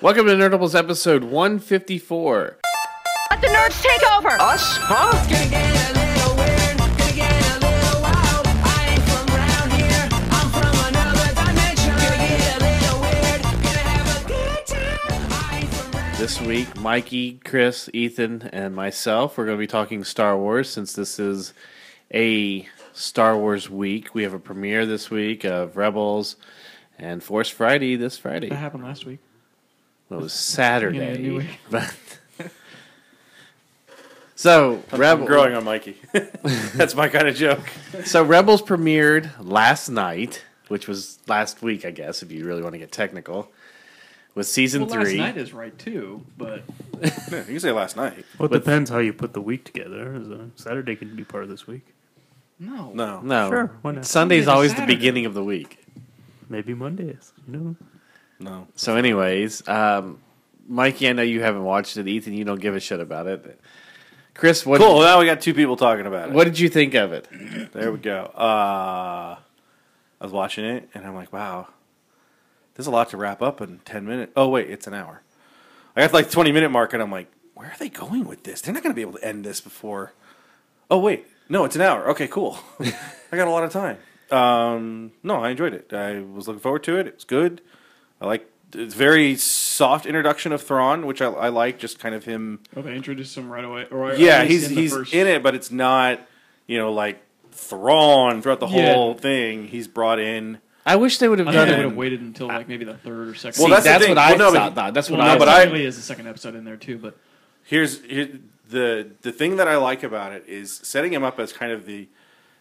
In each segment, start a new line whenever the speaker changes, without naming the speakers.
Welcome to Nerdables episode 154.
Let the nerds take over.
Us? Huh?
Gonna get a little weird, gonna get a little wild. I ain't from round here, I'm from another dimension. Gonna get a little weird, gonna have a good time. I ain't from round
This week, Mikey, Chris, Ethan, and myself, we're going to be talking Star Wars since this is a Star Wars week. We have a premiere this week of Rebels and Force Friday this Friday.
That happened last week.
Well, it was
beginning of the new
Saturday.
week.
But so,
I'm
Rebel,
growing on Mikey. That's my kind of joke.
so Rebels premiered last night, which was last week, I guess, if you really want to get technical, with season
Well, last
three.
night is right too, but
Yeah, you can say last night.
Well, it depends how you put the week together. So Saturday can be part of this week.
no,
No.
no,
Sure, why not?
Sunday's
Monday to
always
Saturday.
the beginning of the week.
Maybe Mondays. You know,
No.
So, anyways, um, Mikey, I know you haven't watched it. Ethan, you don't give a shit about it. Chris, what
Cool. Now we got two people talking about it.
what did you think of it?
There we go. Uh, I was watching it and I'm like, wow, there's a lot to wrap up in 10 minutes. Oh, wait, it's an hour. I got to like 20 minute mark and I'm like, where are they going with this? They're not going to be able to end this before. Oh, wait. No, it's an hour. Okay, cool. I got a lot of time. Um, no, I enjoyed it. I was looking forward to it. It was good. I like it's very soft introduction of Thrawn, which I, I like. Just kind of him
Oh, they introduced him right away. Or at
yeah,
least
he's
the
he's
first-
in it, but it's not you know like Thrawn throughout the
Yeah.
whole thing. He's brought in.
I wish they would have
I
done
think they would
it.
have waited until like maybe the third or second.
See,
Well,
that's,
that's the thing.
what I
Well, no,
thought.
but-
though. that's what
well, no,
I.
but
I-
is a second episode in there too, but
Here's here, the the thing that I like about it is setting him up as kind of the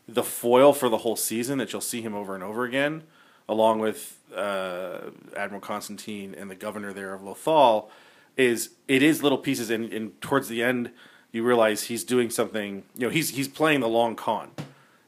the foil for the whole season that you'll see him over and over again, along with uh, Admiral Constantine and the governor there of Lothal. Is it is little pieces, and, and towards the end you realize he's doing something. You know, he's he's playing the long con.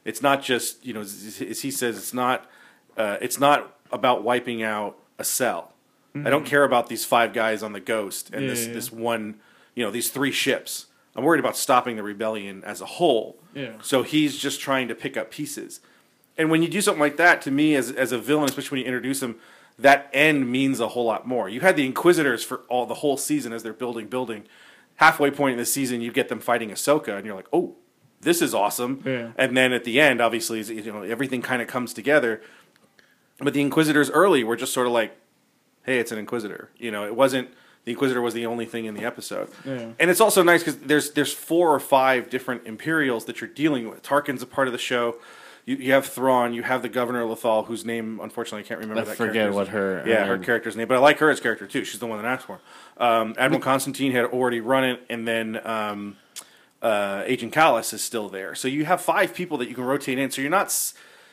It's not just you know, as as he says, it's not uh, it's not about wiping out a cell. I don't care about these five guys on the Ghost
Mm-hmm.
and
Yeah,
this
yeah, yeah.
this one, you know, these three ships. I'm worried about stopping the rebellion as a whole.
Yeah.
So he's just trying to pick up pieces. And when you do something like that, to me as as a villain, especially when you introduce him, that end means a whole lot more. You had the Inquisitors for all the whole season as they're building, building. Halfway point in the season, you get them fighting Ahsoka, and you're like, oh, this is awesome.
Yeah.
And then at the end, obviously, is- you know, everything kind of comes together. But the Inquisitors early were just sort of like, hey, it's an Inquisitor. You know, it wasn't the Inquisitor was the only thing in the episode.
Yeah.
And it's also nice because there's there's four or five different Imperials that you're dealing with. Tarkin's a part of the show. You, you have Thrawn. You have the Governor Lothal, whose name unfortunately I can't remember.
I
that
forget
character's-
what her- her
yeah her
name-
character's name, but I like her as character too. She's the one that asked for. Him. Um, Admiral Constantine had already run it, and then. Um, uh, Agent Callis is still there. So you have five people that you can rotate in. So you're not, s-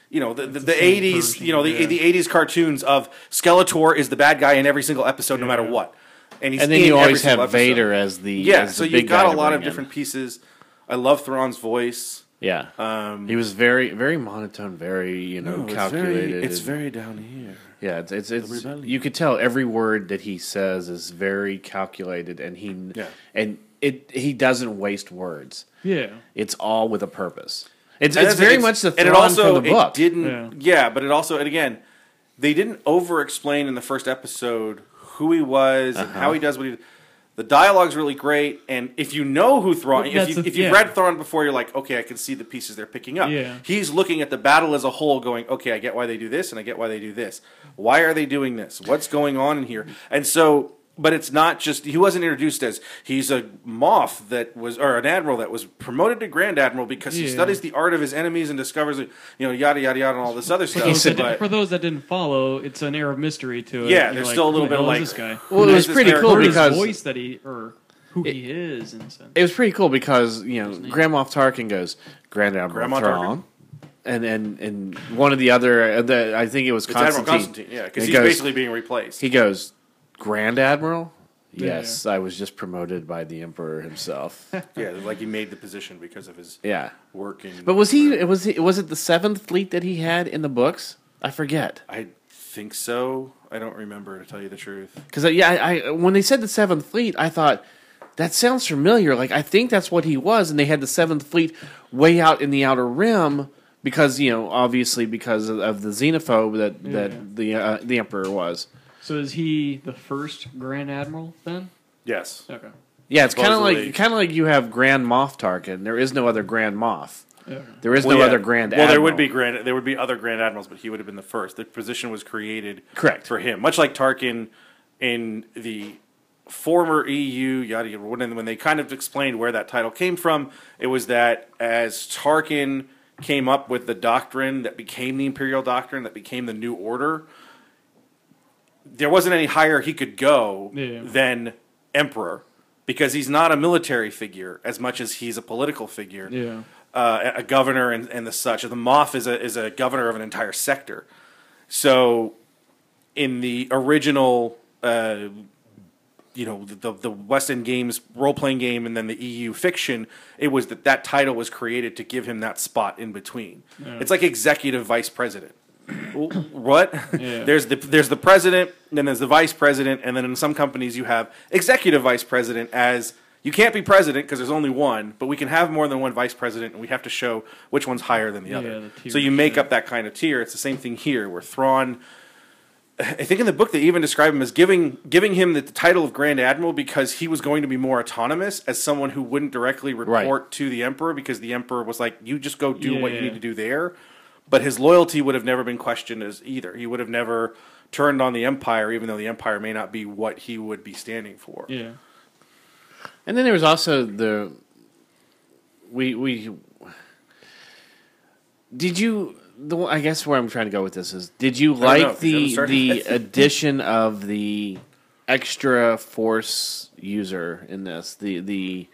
you know, the, the, the 80s, you know, the, the 80s cartoons of Skeletor is the bad guy in every single episode, no matter what. And, he's
and then
in
you
every
always have
single episode.
Vader as the
Yeah,
As
so
the
you
big guy
got a
to
lot
bring
of
in.
different pieces. I love Thrawn's voice.
Yeah, um, he was very very monotone, very you know calculated.
Oh, It's
and-
very down here.
Yeah, it's it's, it's
rebellion.
you could tell every word that he says is very calculated, and he
Yeah.
and it he doesn't waste words.
yeah,
It's all with a purpose. It's
And
it's
that's-
very much the Thrawn
and it also
from the book.
It didn't,
Yeah.
yeah. but it also and again, they didn't over explain in the first episode who he was and
Uh-huh.
how he does what he. The dialogue's really great, and if you know who Thrawn,
Well,
if
that's
you
the-
if you've
yeah.
read Thrawn before, you're like, okay, I can see the pieces they're picking up.
Yeah.
He's looking at the battle as a whole, going, okay, I get why they do this, and I get why they do this. Why are they doing this? What's going on in here? And so, but it's not just he wasn't introduced as he's a moth that was or an admiral that was promoted to grand admiral because he
Yeah.
studies the art of his enemies and discovers, you know, yada yada yada, and all this other stuff.
Those that didn't-
but
for those that didn't follow, it's an air of mystery to it.
yeah,
You're
there's
like,
still a
who
little
the
bit of
hell
like.
is this guy,
Well, it
who
was
is
pretty
this
cool
or
character?
his
because-
voice that he or who he is, and so.
It was pretty cool because you know Grand Moff Tarkin goes Grand Admiral
Grand Moff
Thrawn,
Tarkin?
and and and one of the other uh, the, I think it was
It's
Constantine.
Admiral Constantine, yeah, because
He
he's
goes-
basically being replaced.
He goes, Grand Admiral? Yes, I was just promoted by the Emperor himself.
yeah, like he made the position because of his
yeah.
work. In,
But was he was he was it the seventh fleet that he had in the books? I forget
I think so. I don't remember to tell you the truth.
because uh, yeah, I, I when they said the seventh fleet, I thought that sounds familiar. Like I think that's what he was, and they had the seventh fleet way out in the outer rim because you know obviously because of, of the xenophobe that that the uh, the emperor was.
So is he the first Grand Admiral then?
Yes.
Okay.
Yeah, it's kind of
Supposedly-
like kind of like you have Grand Moff Tarkin. There is no other Grand Moff.
okay.
There is
Well,
no
yeah.
other Grand.
Well, there would
Admiral.
be grand. There would be other grand admirals, but he would have been the first. The position was created
Correct.
for him, much like Tarkin in the former EU yada yada. When when they kind of explained where that title came from, it was that as Tarkin came up with the doctrine that became the imperial doctrine that became the new order. There wasn't any higher he could go
Yeah.
than emperor because he's not a military figure as much as he's a political figure
Yeah.
uh, a a governor and, and the such. The Moth is a is a governor of an entire sector. So, in the original, uh, you know, the the West End Games role playing game, and then the EU fiction, it was that that title was created to give him that spot in between. It's like executive vice president. W- what?
Yeah.
there's the there's the president, then there's the vice president, and then in some companies you have executive vice president as you can't be president because there's only one, but we can have more than one vice president, and we have to show which one's higher than the
Yeah,
other.
the tier
so you make
shit.
up that kind of tier. It's the same thing here, where Thrawn. I think in the book they even describe him as giving giving him the title of Grand Admiral because he was going to be more autonomous as someone who wouldn't directly report to the Emperor because the Emperor was like, you just go do what you
Yeah.
need to do there. But his loyalty would have never been questioned as either. He would have never turned on the Empire, even though the Empire may not be what he would be standing for.
Yeah.
And then there was also the we we did you the one- I guess where I'm trying to go with this is did you
don't know,
like
'cause you haven't
the
started
the
yet.
addition of the extra force user in this the the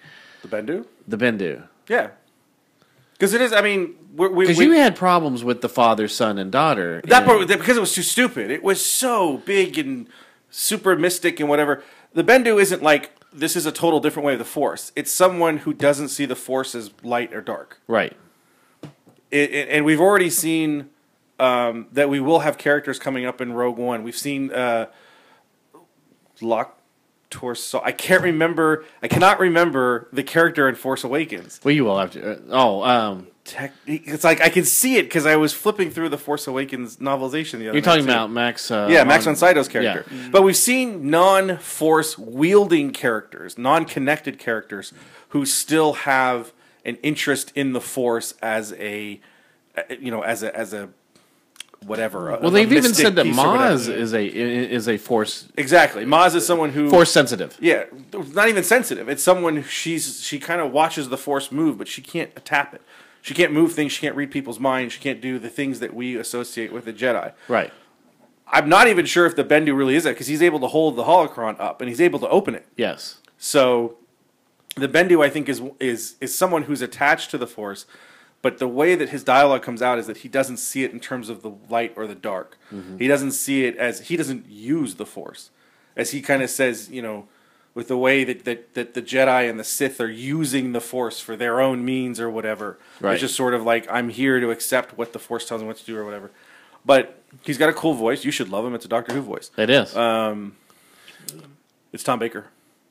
The Bendu?
the Bendu
Yeah. Because it is, I mean, we're, we,
because
we,
you had problems with the father son and daughter
That
in-
part, that- because it was too stupid. It was so big and super mystic and whatever. The Bendu isn't like this is a total different way of the Force. It's someone who doesn't see the Force as light or dark.
right
It, it- and we've already seen um, that we will have characters coming up in Rogue One. We've seen uh, Lock Torso. I can't remember. I cannot remember the character in Force Awakens.
well you will have to uh, oh um
Tech, it's like I can see it because I was flipping through the Force Awakens novelization the other.
you're
night,
talking
too.
about Max uh,
Yeah, Max von
Mon-
Sydow's character.
yeah.
But we've seen non-force wielding characters, non-connected characters who still have an interest in the force as a uh, you know, as a as a whatever.
well they've even said that Maz is a is a force
Exactly. Maz is someone who
force sensitive
yeah, not even sensitive. It's someone who- she's she kind of watches the force move, but she can't tap it. She can't move things. She can't read people's minds. She can't do the things that we associate with a Jedi.
right
I'm not even sure if the Bendu really is that because he's able to hold the holocron up and he's able to open it.
yes
So the Bendu, I think, is is is someone who's attached to the Force, but the way that his dialogue comes out is that he doesn't see it in terms of the light or the dark. He doesn't see it as he doesn't use the Force, as he kind of says, you know, with the way that, that that the Jedi and the Sith are using the Force for their own means or whatever.
Right.
It's just sort of like I'm here to accept what the Force tells me what to do or whatever. But he's got a cool voice. You should love him. It's a Doctor Who voice.
It is.
It's Tom Baker.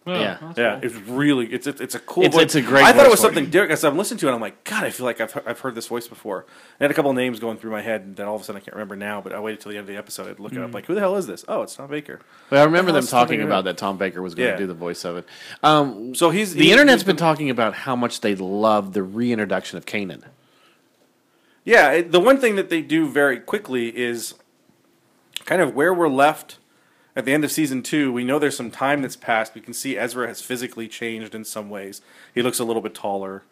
Well,
Yeah.
that's
Yeah,
cool.
it's really it's it's, it's a cool.
It's-
voice.
it's a great
I thought it
voice
was
for it.
something different because I'm listening to it. and I'm like, God, I feel like I've I've heard this voice before. I had a couple names going through my head, and then all of a sudden I can't remember now. But I waited till the end of the episode. I'd look
Mm.
it up, like, who the hell is this? Oh, it's Tom Baker.
but I remember
Well,
them
it's Tom
talking
Baker.
about that Tom Baker was going to
Yeah.
do the voice of it. Um,
So he's
the internet's been talking about how much they love the reintroduction of Kanan.
Yeah, it, the one thing that they do very quickly is kind of where we're left at the end of season two. We know there's some time that's passed. We can see Ezra has physically changed in some ways. He looks a little bit taller.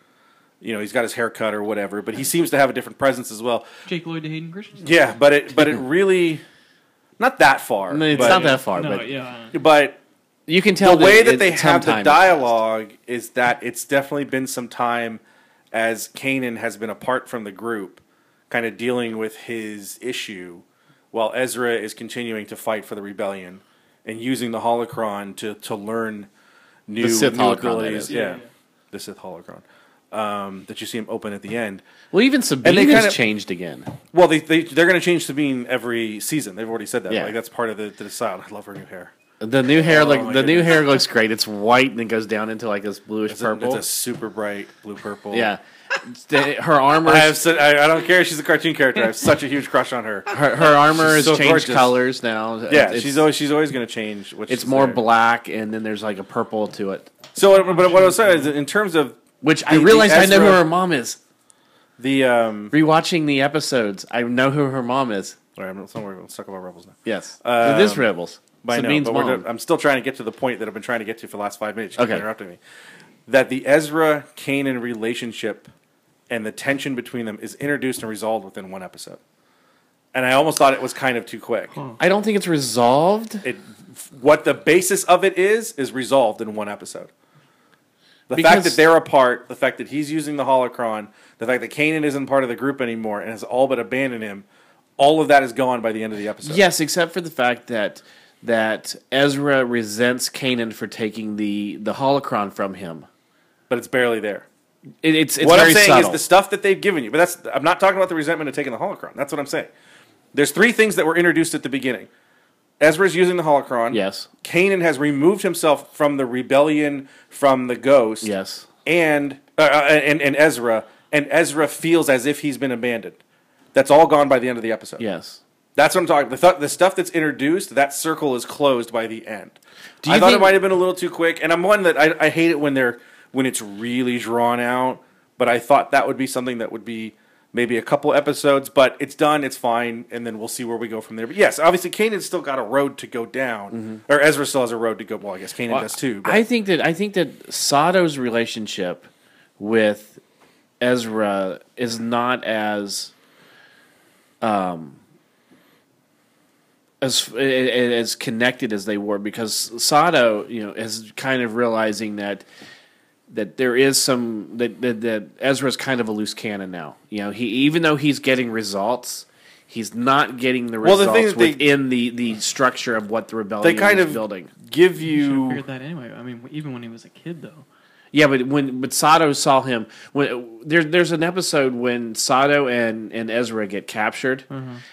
You know, he's got his hair cut or whatever, but he seems to have a different presence as well.
Jake Lloyd to Hayden Christensen.
Yeah, but it but it really not that far.
No, it's
but,
not that far,
No,
but
yeah.
But
you can
the
tell
way
it-
that they
it's
have the
sometime-
dialogue is that it's definitely been some time as Kanan has been apart from the group, kind of dealing with his issue, while Ezra is continuing to fight for the rebellion and using the holocron to to learn new,
Sith holocron,
new
that
abilities.
is.
Yeah,
Yeah.
the Sith holocron um, that you see him open at the end.
Well, even
they
Sabine's
kinda-
changed again.
Well, they, they they're going to change Sabine every season. They've already said that.
Yeah.
Like that's part of the, the style. I love her new hair.
The new hair,
Oh,
like
my
the new
goodness.
hair, looks great. It's white and it goes down into like this bluish
It's,
purple.
A, it's a super bright blue purple.
yeah, It's- her armor.
I have. Su- I, I don't care. if She's a cartoon character. I have such a huge crush on her.
her, her armor has
She's so
changed
gorgeous.
colors now.
Yeah,
it's,
she's always she's always going to change. What
it's
she's
more
there.
black, and then there's like a purple to it.
So, what- but what I was saying is, in terms of
Which I
The- the
realized I know who
Ezra-
her mom is.
the um,
Rewatching the episodes, I know who her mom is.
all right, I'm not worry. Let's talk about Rebels now.
Yes,
Um,
it is Rebels.
I know,
Sabine's
but we're
mom.
do- I'm still trying to get to the point that I've been trying to get to for the last five minutes. You keep
Okay.
interrupting me. That the Ezra Kanan relationship and the tension between them is introduced and resolved within one episode. And I almost thought it was kind of too quick.
I don't think it's resolved
It, what the basis of it is is resolved in one episode. The fact
Because-
that they're apart, the fact that he's using the holocron, the fact that Kanan isn't part of the group anymore and has all but abandoned him, all of that is gone by the end of the episode.
Yes, except for the fact that that Ezra resents Kanan for taking the the holocron from him.
But it's barely there.
It, it's it's
what
very
I'm saying
subtle.
is the stuff that they've given you. But that's I'm not talking about the resentment of taking the holocron. That's what I'm saying. There's three things that were introduced at the beginning. Ezra's using the holocron.
yes,
Kanan has removed himself from the rebellion, from the ghost.
yes,
And uh, uh, and and Ezra and Ezra feels as if he's been abandoned. That's all gone by the end of the episode.
yes.
That's what I'm talking. The, th- the stuff that's introduced, that circle is closed by the end.
you
I thought
think-
it might have been a little too quick, and I'm one that I, I hate it when they're when it's really drawn out. But I thought that would be something that would be maybe a couple episodes. But it's done, it's fine, and then we'll see where we go from there. But yes, obviously, Kanan's still got a road to go down, or Ezra still has a road to go. Well, I guess Kanan does too. But
Mm-hmm. I think that I think that Sato's relationship with Ezra is not as um as i- i- as connected as they were because Sato, you know, is kind of realizing that that there is some that that, that Ezra's kind of a loose cannon now. You know, he even though he's getting results, he's not getting the
Well,
results
the thing that they-
within the the structure of what the
they
rebellion
kind
is
of
building.
give
Should've
you
figured that anyway. I mean, even when he was a kid, though.
Yeah, but when but Sato saw him when there, there's an episode when Sato and, and Ezra get captured,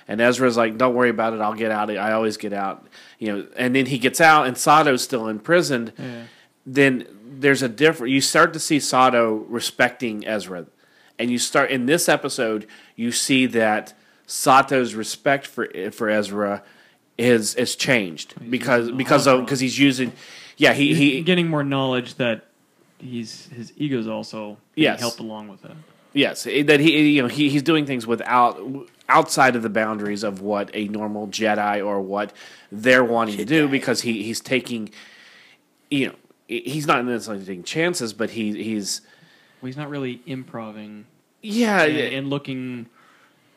and Ezra's like, "Don't worry about it, I'll get out. I always get out." You know, and then he gets out, and Sato's still imprisoned. Then there's a different. You start to see Sato respecting Ezra, and you start in this episode. You see that Sato's respect for for Ezra is is changed because because of because he's using. Yeah, he, he
getting more knowledge that he's his ego's also being
Yes.
helped along with that.
Yes, it- that he you know he, he's doing things without outside of the boundaries of what a normal Jedi or what they're wanting to do because he he's taking you know he- he's not necessarily taking chances but he he's
Well, he's not really improving
yeah
and, and looking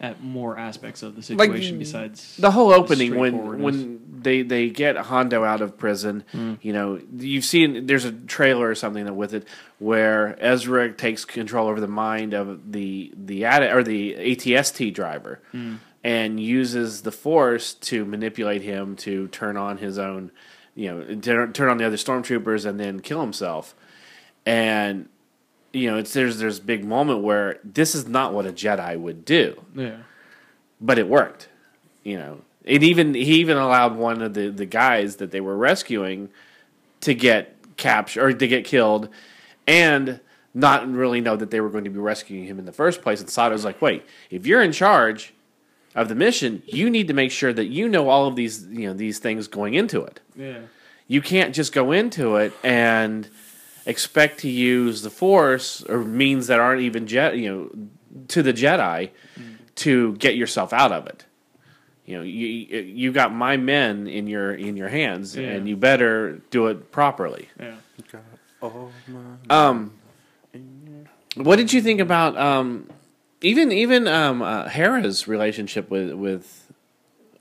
at more aspects of the
Like, mm,
situation besides
the whole opening when
straightforwardness.
when they they get Hondo out of prison you know you've seen there's a trailer or something that with it where Ezra takes control over the mind of the the ad or the ATST driver and uses the force to manipulate him to turn on his own you know turn turn on the other stormtroopers and then kill himself and you know it's there's there's a big moment where this is not what a Jedi would do
yeah.
but it worked. You know, it even he even allowed one of the the guys that they were rescuing to get captured or to get killed, and not really know that they were going to be rescuing him in the first place. And Sato's like, wait, if you're in charge of the mission, you need to make sure that you know all of these you know these things going into it.
Yeah.
You can't just go into it and expect to use the force or means that aren't even jet you know to the Jedi to get yourself out of it. You know, you you got my men in your in your hands,
Yeah.
and you better do it properly.
Yeah.
Oh.
Um, what did you think about um, even even um, uh, Hera's relationship with with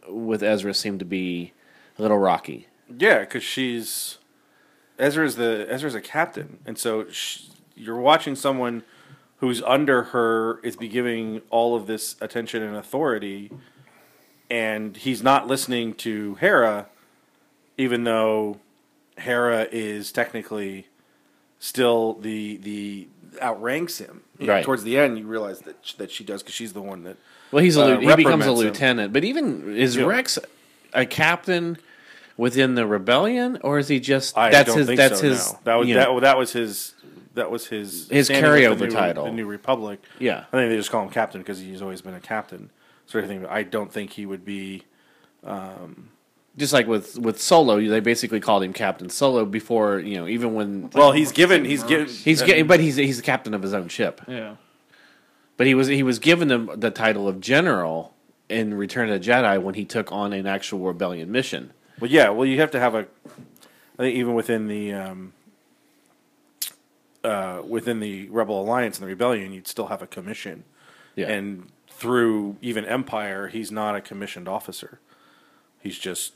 with Ezra seemed to be a little rocky.
Yeah, because she's Ezra's the Ezra's a captain, and so sh you're watching someone who's under her is be giving all of this attention and authority, and he's not listening to Hera, even though Hera is technically still the the outranks him. You know,
Right.
towards the end, you realize that sh- that she does because she's the one that
Well, he's a
Uh,
lieu- he becomes a
reprimants him.
lieutenant, but even is
Yeah.
Rex a captain within the rebellion, or is he just
I
that's
don't
his
think
that's
so,
his
no. That was
you know,
that, that was his that was his
His
standing with
carryover
the new,
title.
the New Republic.
Yeah.
I think they just call him captain because he's always been a captain. Sort of thing. But I don't think he would be.
just like with with Solo, they basically called him Captain Solo before you know even when
Well, he's given. He's given.
he's getting but he's he's the captain of his own ship.
Yeah.
But he was he was given the, the title of general in Return of the Jedi when he took on an actual rebellion mission.
Well, yeah. Well, you have to have a. I think even within the um, uh, within the Rebel Alliance and the Rebellion, you'd still have a commission.
Yeah.
And through even Empire, he's not a commissioned officer. He's just,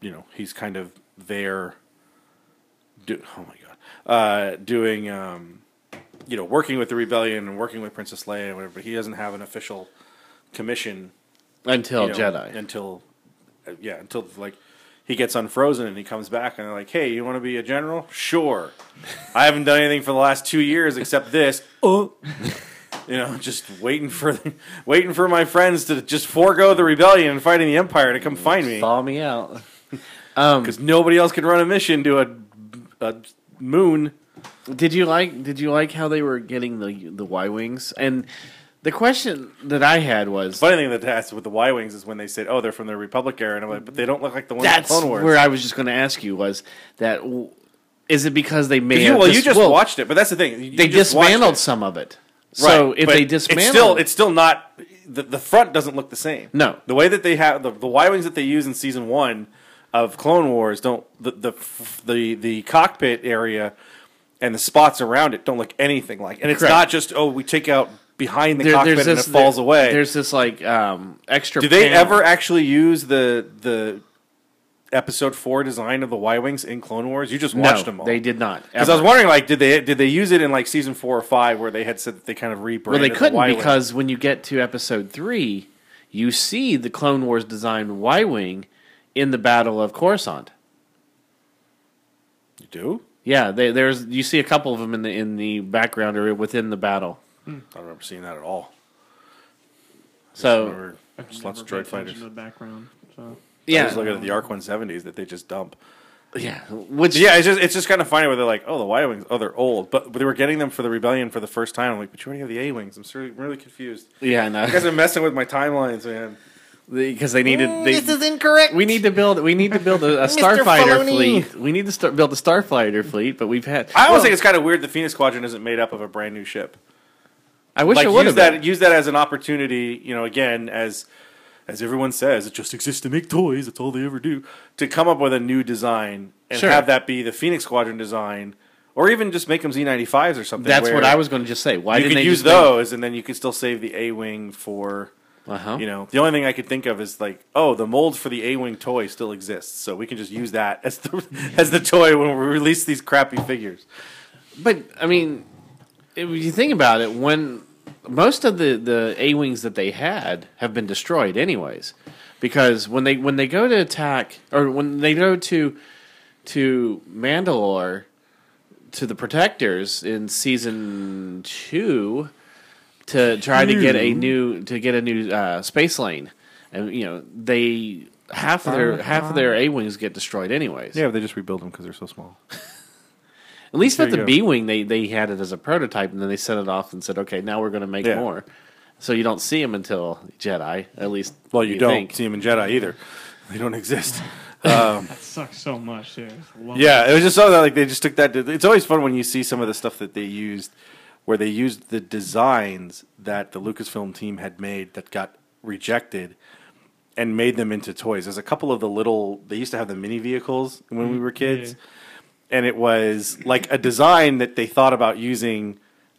you know, he's kind of there. Do, oh my god, uh, doing, um, you know, working with the Rebellion and working with Princess Leia and whatever. But he doesn't have an official commission
until
you know,
Jedi.
until uh, yeah until like he gets unfrozen and he comes back and they're like hey you want to be a general sure i haven't done anything for the last two years except this oh you know just waiting for the, waiting for my friends to just forego the rebellion and fighting the empire to come find me
Follow me out.
because nobody else can run a mission to a, a moon
Did you like did you like how they were getting the the Y wings? And the question that I had was
funny thing that happened with the y-wings is when they said oh they're from the republic era and i'm like but they don't look like the ones in
that's
clone wars
where I was just going to ask you was that w- is it because they may
you,
have
well, you
dis-
just watched it, but that's the thing. You
they
just watched
dismantled
it.
some of it. So if
but
they dismantled
it's still it's still not the, the front doesn't look the same.
No.
the way that they have the, the Y wings that they use in season one of Clone Wars don't the the f- the, the cockpit area and the spots around it don't look anything like. And it's
Correct.
not just oh we take out behind the
there-
cockpit and it falls
there-
away.
There's this like um extra
Do they
panel.
ever actually use the the episode four design of the Y wings in Clone Wars? You just
no,
watched them all.
They did not.
Because I was
ever.
wondering, like, did they did they use it in like season four or five where they had said that they kind of rebranded?
Well, they
the
couldn't
Y-wing?
because when you get to episode three, you see the Clone Wars designed Y Wing in the Battle of Coruscant.
you do.
Yeah, they, there's you see a couple of them in the in the background or within the battle.
I don't remember seeing that at all.
So
Remember,
I've
just lots of
never
droid
paid attention
fighters.
to the background. So
Yeah, I
yeah,
was looking at the Arc 170s that they just dump.
yeah, which
Yeah, it's just it's just kind of funny where they're like, oh, the Y wings, oh, they're old, but, but they were getting them for the rebellion for the first time. I'm like, but you already have the A wings. I'm really, really confused.
yeah, no,
You guys are messing with my timelines, man.
because they needed they,
incorrect.
We need to build. We need to build a, a starfighter fleet. We need to start build a starfighter fleet. But we've had.
I always
Well,
think it's kind of weird the Phoenix Squadron isn't made up of a brand new ship.
I wish
like
it would have.
use that use that as an opportunity. You know, again, as as everyone says, it just exists to make toys. That's all they ever do. To come up with a new design and
Sure.
have that be the Phoenix Squadron design, or even just make them Z ninety fives or something.
That's
where
what I was going to just say. Why
You
didn't
could
they
use
just make-
those, and then you could still save the A wing for.
Uh-huh.
You know, the only thing I could think of is like, oh, the mold for the A wing toy still exists, so we can just use that as the as the toy when we release these crappy figures.
But I mean, if you think about it, when most of the the A wings that they had have been destroyed, anyways, because when they when they go to attack or when they go to to Mandalore to the Protectors in season two to try to get a new to get a new uh, space lane, and you know they half of their half of their A wings get destroyed, anyways.
Yeah, but they just rebuild them because they're so small.
At least with
you
the
go.
B wing, they they had it as a prototype, and then they sent it off and said, "Okay, now we're going to make
Yeah.
more." So you don't see them until Jedi, at least.
Well, you, don't
think.
see them in Jedi either; they don't exist.
that sucks so much. Dude. It's lo-
Yeah, it was just something that, like they just took that. It's always fun when you see some of the stuff that they used, where they used the designs that the Lucasfilm team had made that got rejected, and made them into toys. There's a couple of the little they used to have the mini vehicles when we were kids, and it was like a design that they thought about using,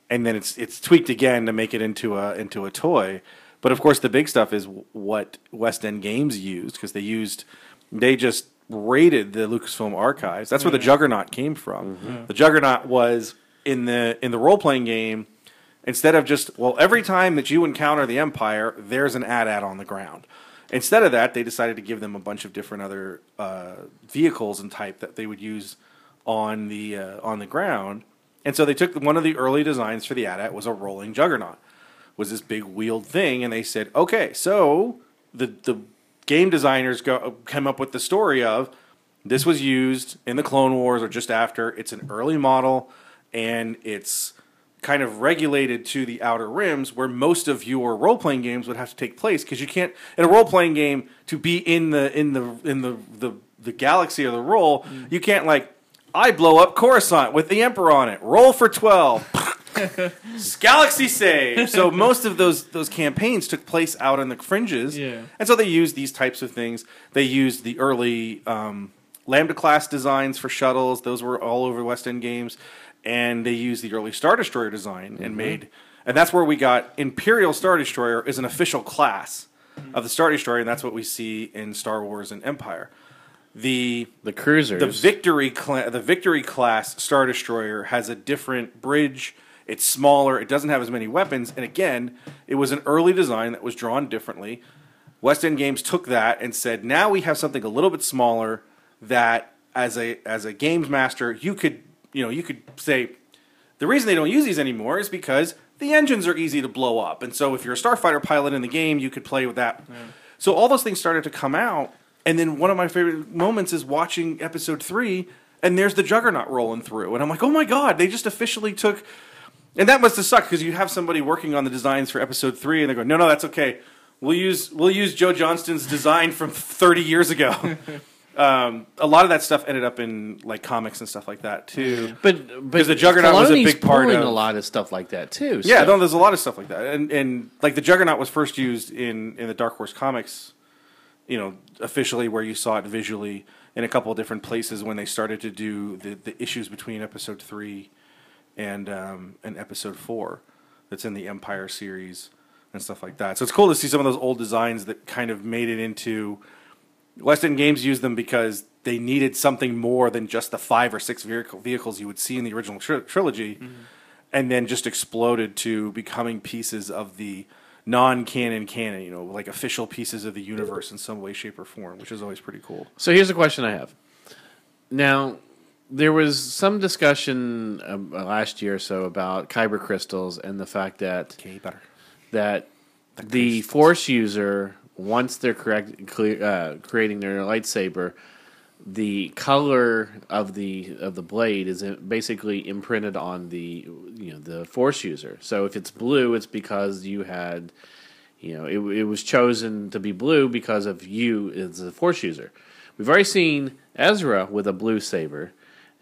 and then it's it's tweaked again to make it into a into a toy. But of course, the big stuff is what West End Games used because they used they just raided the Lucasfilm archives. That's where the Juggernaut came from. The Juggernaut was in the in the role playing game. Instead of just well, every time that you encounter the Empire, there's an AT-AT on the ground. Instead of that, they decided to give them a bunch of different other uh, vehicles and type that they would use on the uh, on the ground. And so they took one of the early designs for the AT-AT was a rolling juggernaut, was this big wheeled thing, and they said, okay, so the the game designers go came up with the story of This was used in the Clone Wars or just after. It's an early model, and it's kind of regulated to the outer rims where most of your role playing games would have to take place because you can't in a role playing game to be in the in the in the the, the galaxy or the role you can't like I blow up Coruscant with the Emperor on it. Roll for twelve. Galaxy save. So most of those those campaigns took place out on the fringes,
Yeah.
and so they used these types of things. They used the early um, Lambda class designs for shuttles; those were all over West End games, and they used the early Star Destroyer design and made, and that's where we got Imperial Star Destroyer is an official class of the Star Destroyer, and that's what we see in Star Wars and Empire. The
The cruisers.
the victory cla- the victory class star destroyer has a different bridge. It's smaller. It doesn't have as many weapons. And again, it was an early design that was drawn differently. West End Games took that and said, now we have something a little bit smaller that, as a as a games master, you could you know you could say the reason they don't use these anymore is because the engines are easy to blow up. And so if you're a starfighter pilot in the game, you could play with that. So all those things started to come out. And then one of my favorite moments is watching episode three, and there's the juggernaut rolling through. And I'm like, oh my God, they just officially took. And that must have sucked because you have somebody working on the designs for episode three, and they go, no, no, that's okay. We'll use, we'll use Joe Johnston's design from 30 years ago. um, a lot of that stuff ended up in like comics and stuff like that too.
but because
the Juggernaut was a big part of-
a lot of stuff like that too.
Yeah,
so-
no, there's a lot of stuff like that, and and like the Juggernaut was first used in in the Dark Horse comics, you know, officially where you saw it visually in a couple of different places when they started to do the the issues between Episode three and um, and Episode four, that's in the Empire series and stuff like that. So it's cool to see some of those old designs that kind of made it into. West End Games used them because they needed something more than just the five or six vehicle, vehicles you would see in the original tri- trilogy, and then just exploded to becoming pieces of the non-canon canon, you know, like official pieces of the universe in some way, shape, or form, which is always pretty cool.
So here's a question I have. Now, there was some discussion um, last year or so about kyber crystals and the fact that
Okay, better.
that the force user once they're correct clear, uh, creating their lightsaber the color of the of the blade is in- basically imprinted on the you know the force user so if it's blue it's because you had you know it, it was chosen to be blue because of you as a force user we've already seen ezra with a blue saber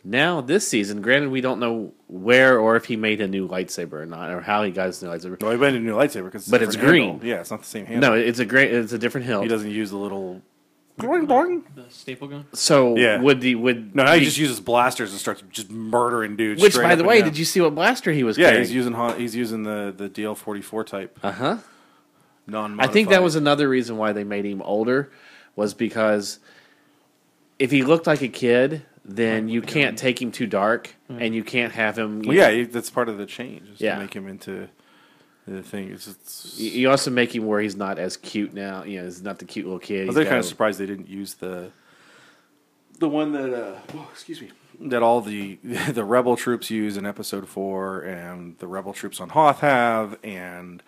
now this season granted we don't know where or if he made a new lightsaber or not or how he got his new lightsaber
Well, he made a new lightsaber because
But it's green.
Yeah, it's not the same handle.
no, it's a great. It's a different hill.
he doesn't use the little. Boing, boing.
The staple gun.
So
Yeah.
would the would
No, now he
the-
just uses blasters and starts just murdering dudes.
which
straight
by
up
the
and
way,
down.
did you see what blaster he was?
Yeah,
carrying?
he's using hon- he's using the the DL forty four type.
Uh huh.
non.
I think that was another reason why they made him older, was because if he looked like a kid, then you can't take him too dark,
Hmm.
and you can't have him.
Well, yeah, you- that's part of the change. Is
Yeah.
to make him into the thing. It's, it's,
You- You also make him where he's not as cute now. You know, he's not the cute little kid.
I
He's
was kind
got
of
a-
surprised they didn't use the the one that uh, oh, excuse me that all the the rebel troops use in episode four, and the rebel troops on Hoth have, and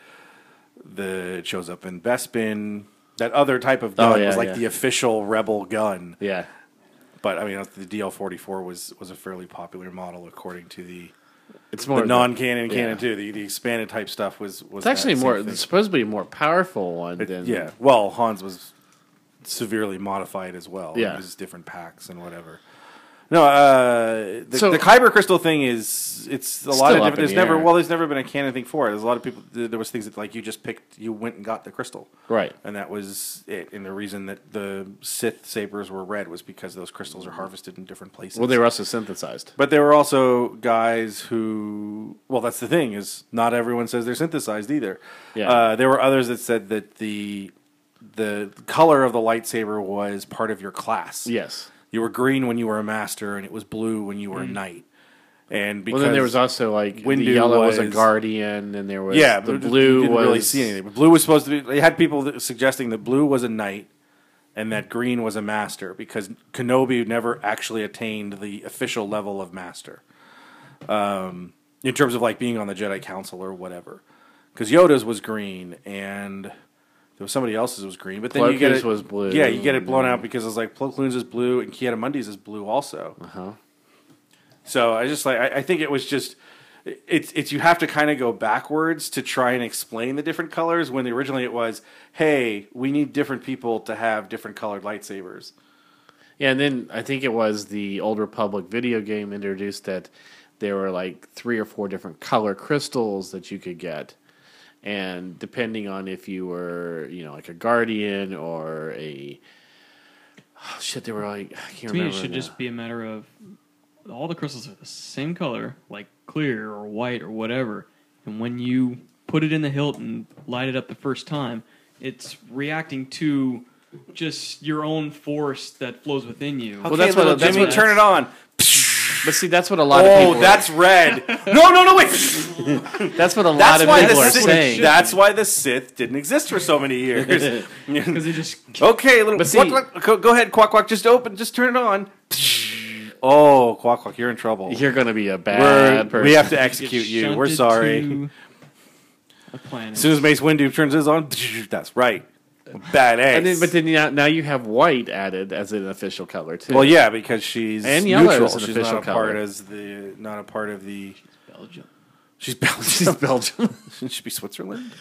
the it shows up in Bespin. That other type of gun
Oh, yeah,
was like
yeah.
the official rebel gun.
yeah.
But I mean, uh, the DL forty four was was a fairly popular model according to the.
It's
the
more
non canon
yeah.
canon too. The, the expanded type stuff was was
It's actually
that same
more
thing.
it's supposedly a more powerful one than
yeah. Well, Hans was severely modified as well.
Yeah.
he used different packs and whatever. No, uh, the,
So-
the kyber crystal thing is it's a lot
Still up
of
in
different. There's
the
never
air.
well, there's never been a canon thing for it. There's a lot of people. There was things that like you just picked, you went and got the crystal,
right.
and that was it. And the reason that the Sith sabers were red was because those crystals are harvested in different places.
Well, they were also synthesized.
But there were also guys who, well, that's the thing is not everyone says they're synthesized either.
Yeah.
Uh, there were others that said that the the color of the lightsaber was part of your class.
Yes.
You were green when you were a master, and it was blue when you were a knight. And because
Mm-hmm. Well, then there was also like
Windu
the yellow was, a
was-
guardian, and there was
yeah,
the
but
blue
you didn't
was
really see anything. But blue was supposed to be. They had people that, suggesting that blue was a knight. And that green was a master because Kenobi never actually attained the official level of master. um, in terms of like being on the Jedi Council or whatever. Because Yoda's was green, and there There was somebody else's that was green, but then
Plo
you get
Koon's
it,
was blue.
Yeah, you get it blown out because it's like Plo Koon's is blue and Kieta Mundy's is blue also.
Uh-huh.
So I just like I, I think it was just it's it's you have to kind of go backwards to try and explain the different colors when originally it was hey we need different people to have different colored lightsabers.
Yeah, and then I think it was the Old Republic video game introduced that there were like three or four different color crystals that you could get. And depending on if you were, you know, like a guardian or a oh, shit, they were like I can't
To me,
remember.
it should
now.
just be a matter of all the crystals are the same color, like clear or white or whatever. And when you put it in the hilt and light it up the first time, it's reacting to just your own force that flows within you.
Okay, that's what-
little
that's
Jimmy,
what-
turn it on.
But see, that's what a lot of people
Oh,
are-
that's red. no, no, no, wait.
that's what a lot
That's
of
why
people
the
are
Sith,
saying.
that's why the Sith didn't exist for so many years.
Because it just
okay, little
But
quack,
see-
quack, go, go ahead, quack quack. Just open, just turn it on. Oh, quack quack, you're in trouble.
You're gonna be a bad
We're,
person.
we have to
gets
execute you. We're
shunted
sorry.
to A planet.
As soon as Mace Windu turns his on, that's right. Badass.
and then, but then now, now you have white added as an official color too.
well, yeah, because she's
And yellow
neutral.
is an
She's
official
not a
color.
part as the not a part of the.
Belgium.
She's Belgium. She's Belgium. Should be Switzerland. Isn't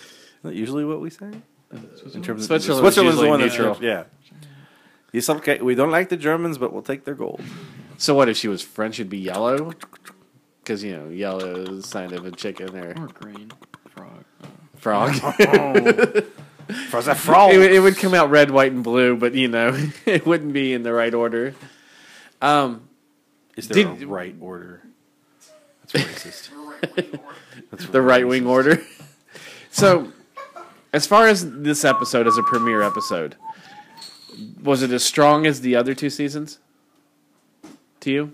that usually what we say? In
Switzerland
terms of
is
Switzerland's the
usually
one that's
neutral.
yeah. Yes, okay, we don't like the Germans, but we'll take their gold.
So what if she was French? It'd be yellow, because you know yellow is a sign of a chicken or
Or green frog.
frog.
For the frog.
Oh. it, would- it would come out red, white, and blue, but you know it wouldn't be in the right order. Um,
Is there
Did-
a right order? That's racist.
the right wing order. so, as far as this episode as a premiere episode, was it as strong as the other two seasons? To you,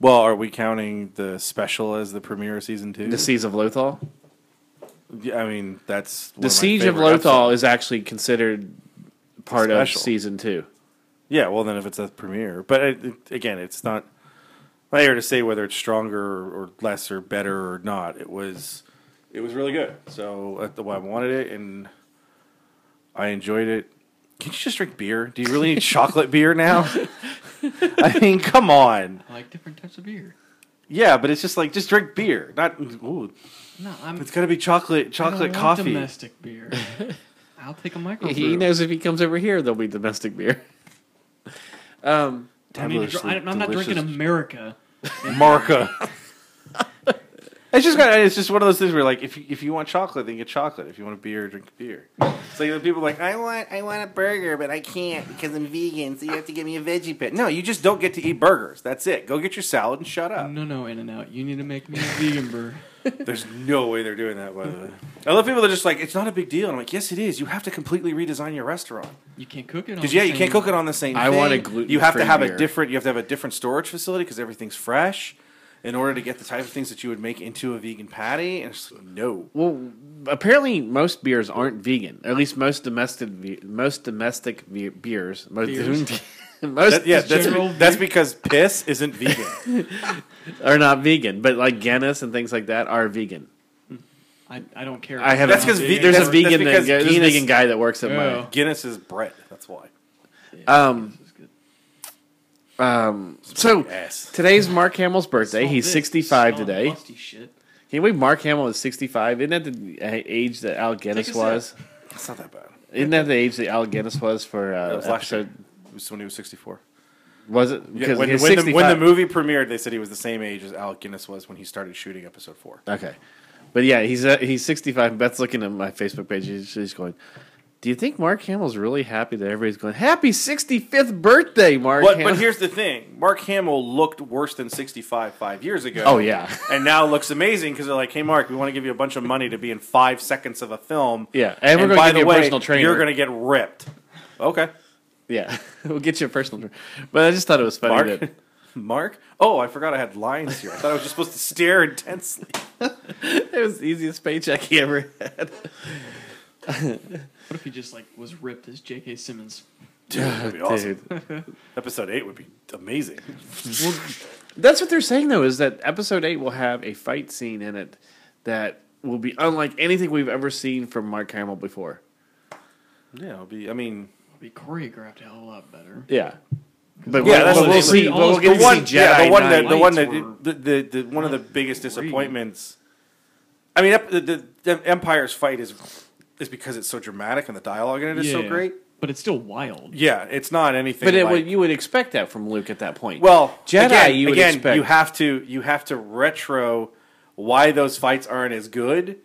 well, are we counting the special as the premiere of season two?
the Siege of Lothal.
Yeah, I mean, that's one
The
my
Siege of
favorite
Lothal
episodes.
is actually considered part of
Special.
season two.
Yeah, well, then if it's a premiere, but it, it- again, it's not. I'm not here to say whether it's stronger or, or less or better or not. It was, it was really good. So that's the way I wanted it, and I enjoyed it. Can you just drink beer? Do you really need chocolate beer now? I mean, come on.
I like different types of beer.
Yeah, but it's just like just drink beer. Not ooh,
No, I'm
it's gotta be chocolate,
I don't
chocolate
want
coffee.
Domestic beer. I'll take a microbrew.
He
Mm-hmm.
knows if he comes over here, there'll be domestic beer. Um,
I need to dr- I, am not drinking
delicious
America.
Marca. it's just got, it's just one of those things where like if you, if you want chocolate, then get chocolate. If you want a beer, drink beer. It's like the people are like I want I want a burger, but I can't because I'm vegan, so you have to give me a veggie pit. No, you just don't get to eat burgers. That's it. Go get your salad and shut up.
No, no, In and Out. You need to make me a vegan burger.
There's no way they're doing that. By the way, I love people that are just like it's not a big deal. And I'm like, yes, it is. You have to completely redesign your restaurant.
You can't cook it.
Because yeah, you can't cook it on the same.
I
thing.
want a gluten-free
You have to have
beer.
a different. You have to have a different storage facility because everything's fresh. In order to get the type of things that you would make into a vegan patty, and it's just, no,
well, apparently most beers aren't vegan. At least most domestic be- most domestic be- beers. Most,
Beers.
most
That- yeah, that's,
general
be- that's because piss isn't vegan.
are not vegan, but like Guinness and things like that are vegan.
I, I don't care.
I have
That's
a-
'cause ve-
there's
that's-
a vegan
that's because
that, there's a
Guinness-
vegan guy that works at
Yeah.
Guinness is bread. That's why.
my um um. So
Yes.
today's Mark Hamill's birthday. He's 65 today.
Busty shit.
Can you believe Mark Hamill is 65? Isn't that the uh, age that Al Guinness
sip.
was?
It's not that bad.
Isn't that the age that Al Guinness was for uh,
That was last year.
episode?
It was when he was sixty-four.
Was it?
Yeah, when,
he was
when the, when the
65.
movie premiered, they said he was the same age as Alec Guinness was when he started shooting episode four.
Okay, but yeah, he's uh, he's sixty five. Beth's looking at my Facebook page. She's, she's going, "Do you think Mark Hamill's really happy that everybody's going happy sixty fifth birthday, Mark?"
But,
Hamill."
but here's the thing: Mark Hamill looked worse than sixty-five five years ago.
oh yeah,
and now looks amazing because they're like, "Hey, Mark, we want to give you a bunch of money to be in five seconds of a film."
Yeah, and we're gonna
by
give
the
you a
way,
personal trainer.
You're going to get ripped. Okay,
yeah. we'll get you a personal. dr- But I just thought it was funny
Mark.
that
Mark. Oh, I forgot I had lines here. I thought I was just supposed to stare intensely.
it was the easiest paycheck he ever had.
What if he just like was ripped as J.K. Simmons?
Dude, that'd be awesome. Episode eight would be amazing.
That's what they're saying though, is that episode eight will have a fight scene in it that will be unlike anything we've ever seen from Mark Hamill before.
Yeah, it'll be. I mean,
It'll be choreographed a hell of a lot better.
Yeah. But
Yeah, that's
we'll, we'll
what they-
see.
all
But we'll
those
get
The
to
one-
see Jedi
yeah, the one that, the
Knight.
one
Knights
that, the, the, the, one of the biggest
Three.
disappointments. I mean, ep- the, the, the Empire's fight is is because it's so dramatic and the dialogue in it is so great.
But it's still wild.
Yeah, it's not anything.
But it
like-
would, you would expect that from Luke at that point.
well,
Jedi,
again,
you would
again,
expect.
you have to you have to retro why those fights aren't as good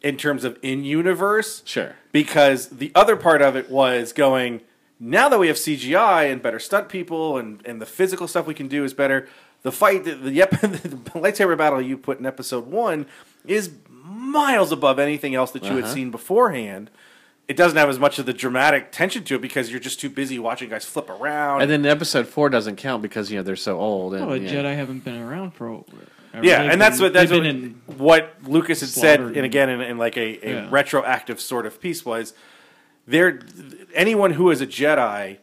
in terms of in universe.
Sure.
because the other part of it was going now that we have CGI and better stunt people and, and the physical stuff we can do is better. The fight, the, the, ep- the lightsaber battle you put in episode one is miles above anything else that you
Uh-huh.
had seen beforehand. It doesn't have as much of the dramatic tension to it because you're just too busy watching guys flip around.
and then episode four doesn't count because you know they're so old. And,
Oh, the
yeah.
Jedi haven't been around for. a- ever.
yeah,
They've
and that's
been-
what that's
they've
what,
been in-
what Lucas had said,
slaughtered
and again, in, in like a, a
Yeah.
retroactive sort of piece was there. Anyone who is a Jedi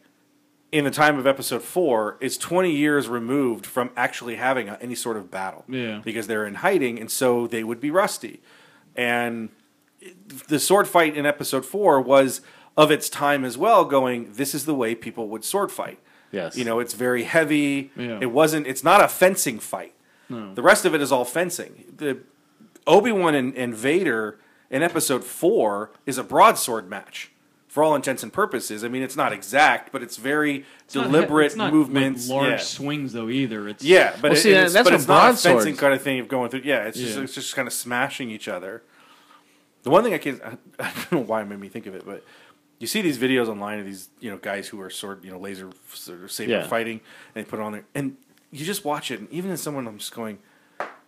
in the time of Episode Four is twenty years removed from actually having a, any sort of battle,
Yeah.
because they're in hiding, and so they would be rusty. And the sword fight in Episode Four was of its time as well. Going, this is the way people would sword fight.
Yes.
you know, it's very heavy.
Yeah.
It wasn't. It's not a fencing fight.
No.
The rest of it is all fencing. The Obi Wan and, and Vader in Episode Four is a broadsword match, for all intents and purposes. I mean, it's not exact, but it's very
not-
deliberate
it's not, like,
movements.
large
yeah.
swings though either. It's
Yeah, but
Well,
it-
see,
it
that-
is-
that's
but
what
it's not a
broadswords-
fencing kind of thing of going through. Yeah, it's just
Yeah.
it's just kind of smashing each other. The one thing I can I, don't know why it made me think of it, but you see these videos online of these you know guys who are sword you know laser s- or saber
Yeah.
fighting and they put it on there and you just watch it and even as someone I'm just going.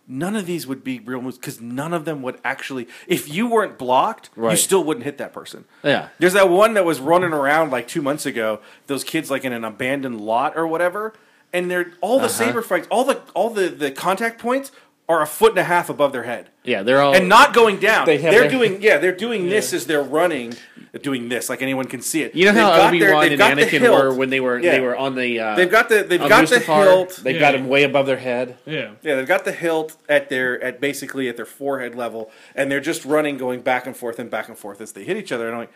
None of these would be real moves because none of them would actually. If you weren't blocked, you
Right.
still wouldn't hit that person.
Yeah.
There's that one that was running around like two months ago. Those kids like in an abandoned lot or whatever, and they're all
Uh-huh.
the saber fights, all the all the the contact points are a foot and a half above their head.
Yeah, they're all
And not going down. They
Oh. They have
are
their-
doing yeah, they're doing this as they're running, doing this like anyone can see it.
You know
They've
how
got
Obi
their-
Wan
they've
and
got the
Anakin
hilt.
were when they were
Yeah.
they were on the uh,
They've got the they've
on
got the
Mustafar,
hilt.
They've got
Yeah.
him way above their head.
yeah.
Yeah, they've got the hilt at their at basically at their forehead level, and they're just running, going back and forth and back and forth as they hit each other. And I'm like,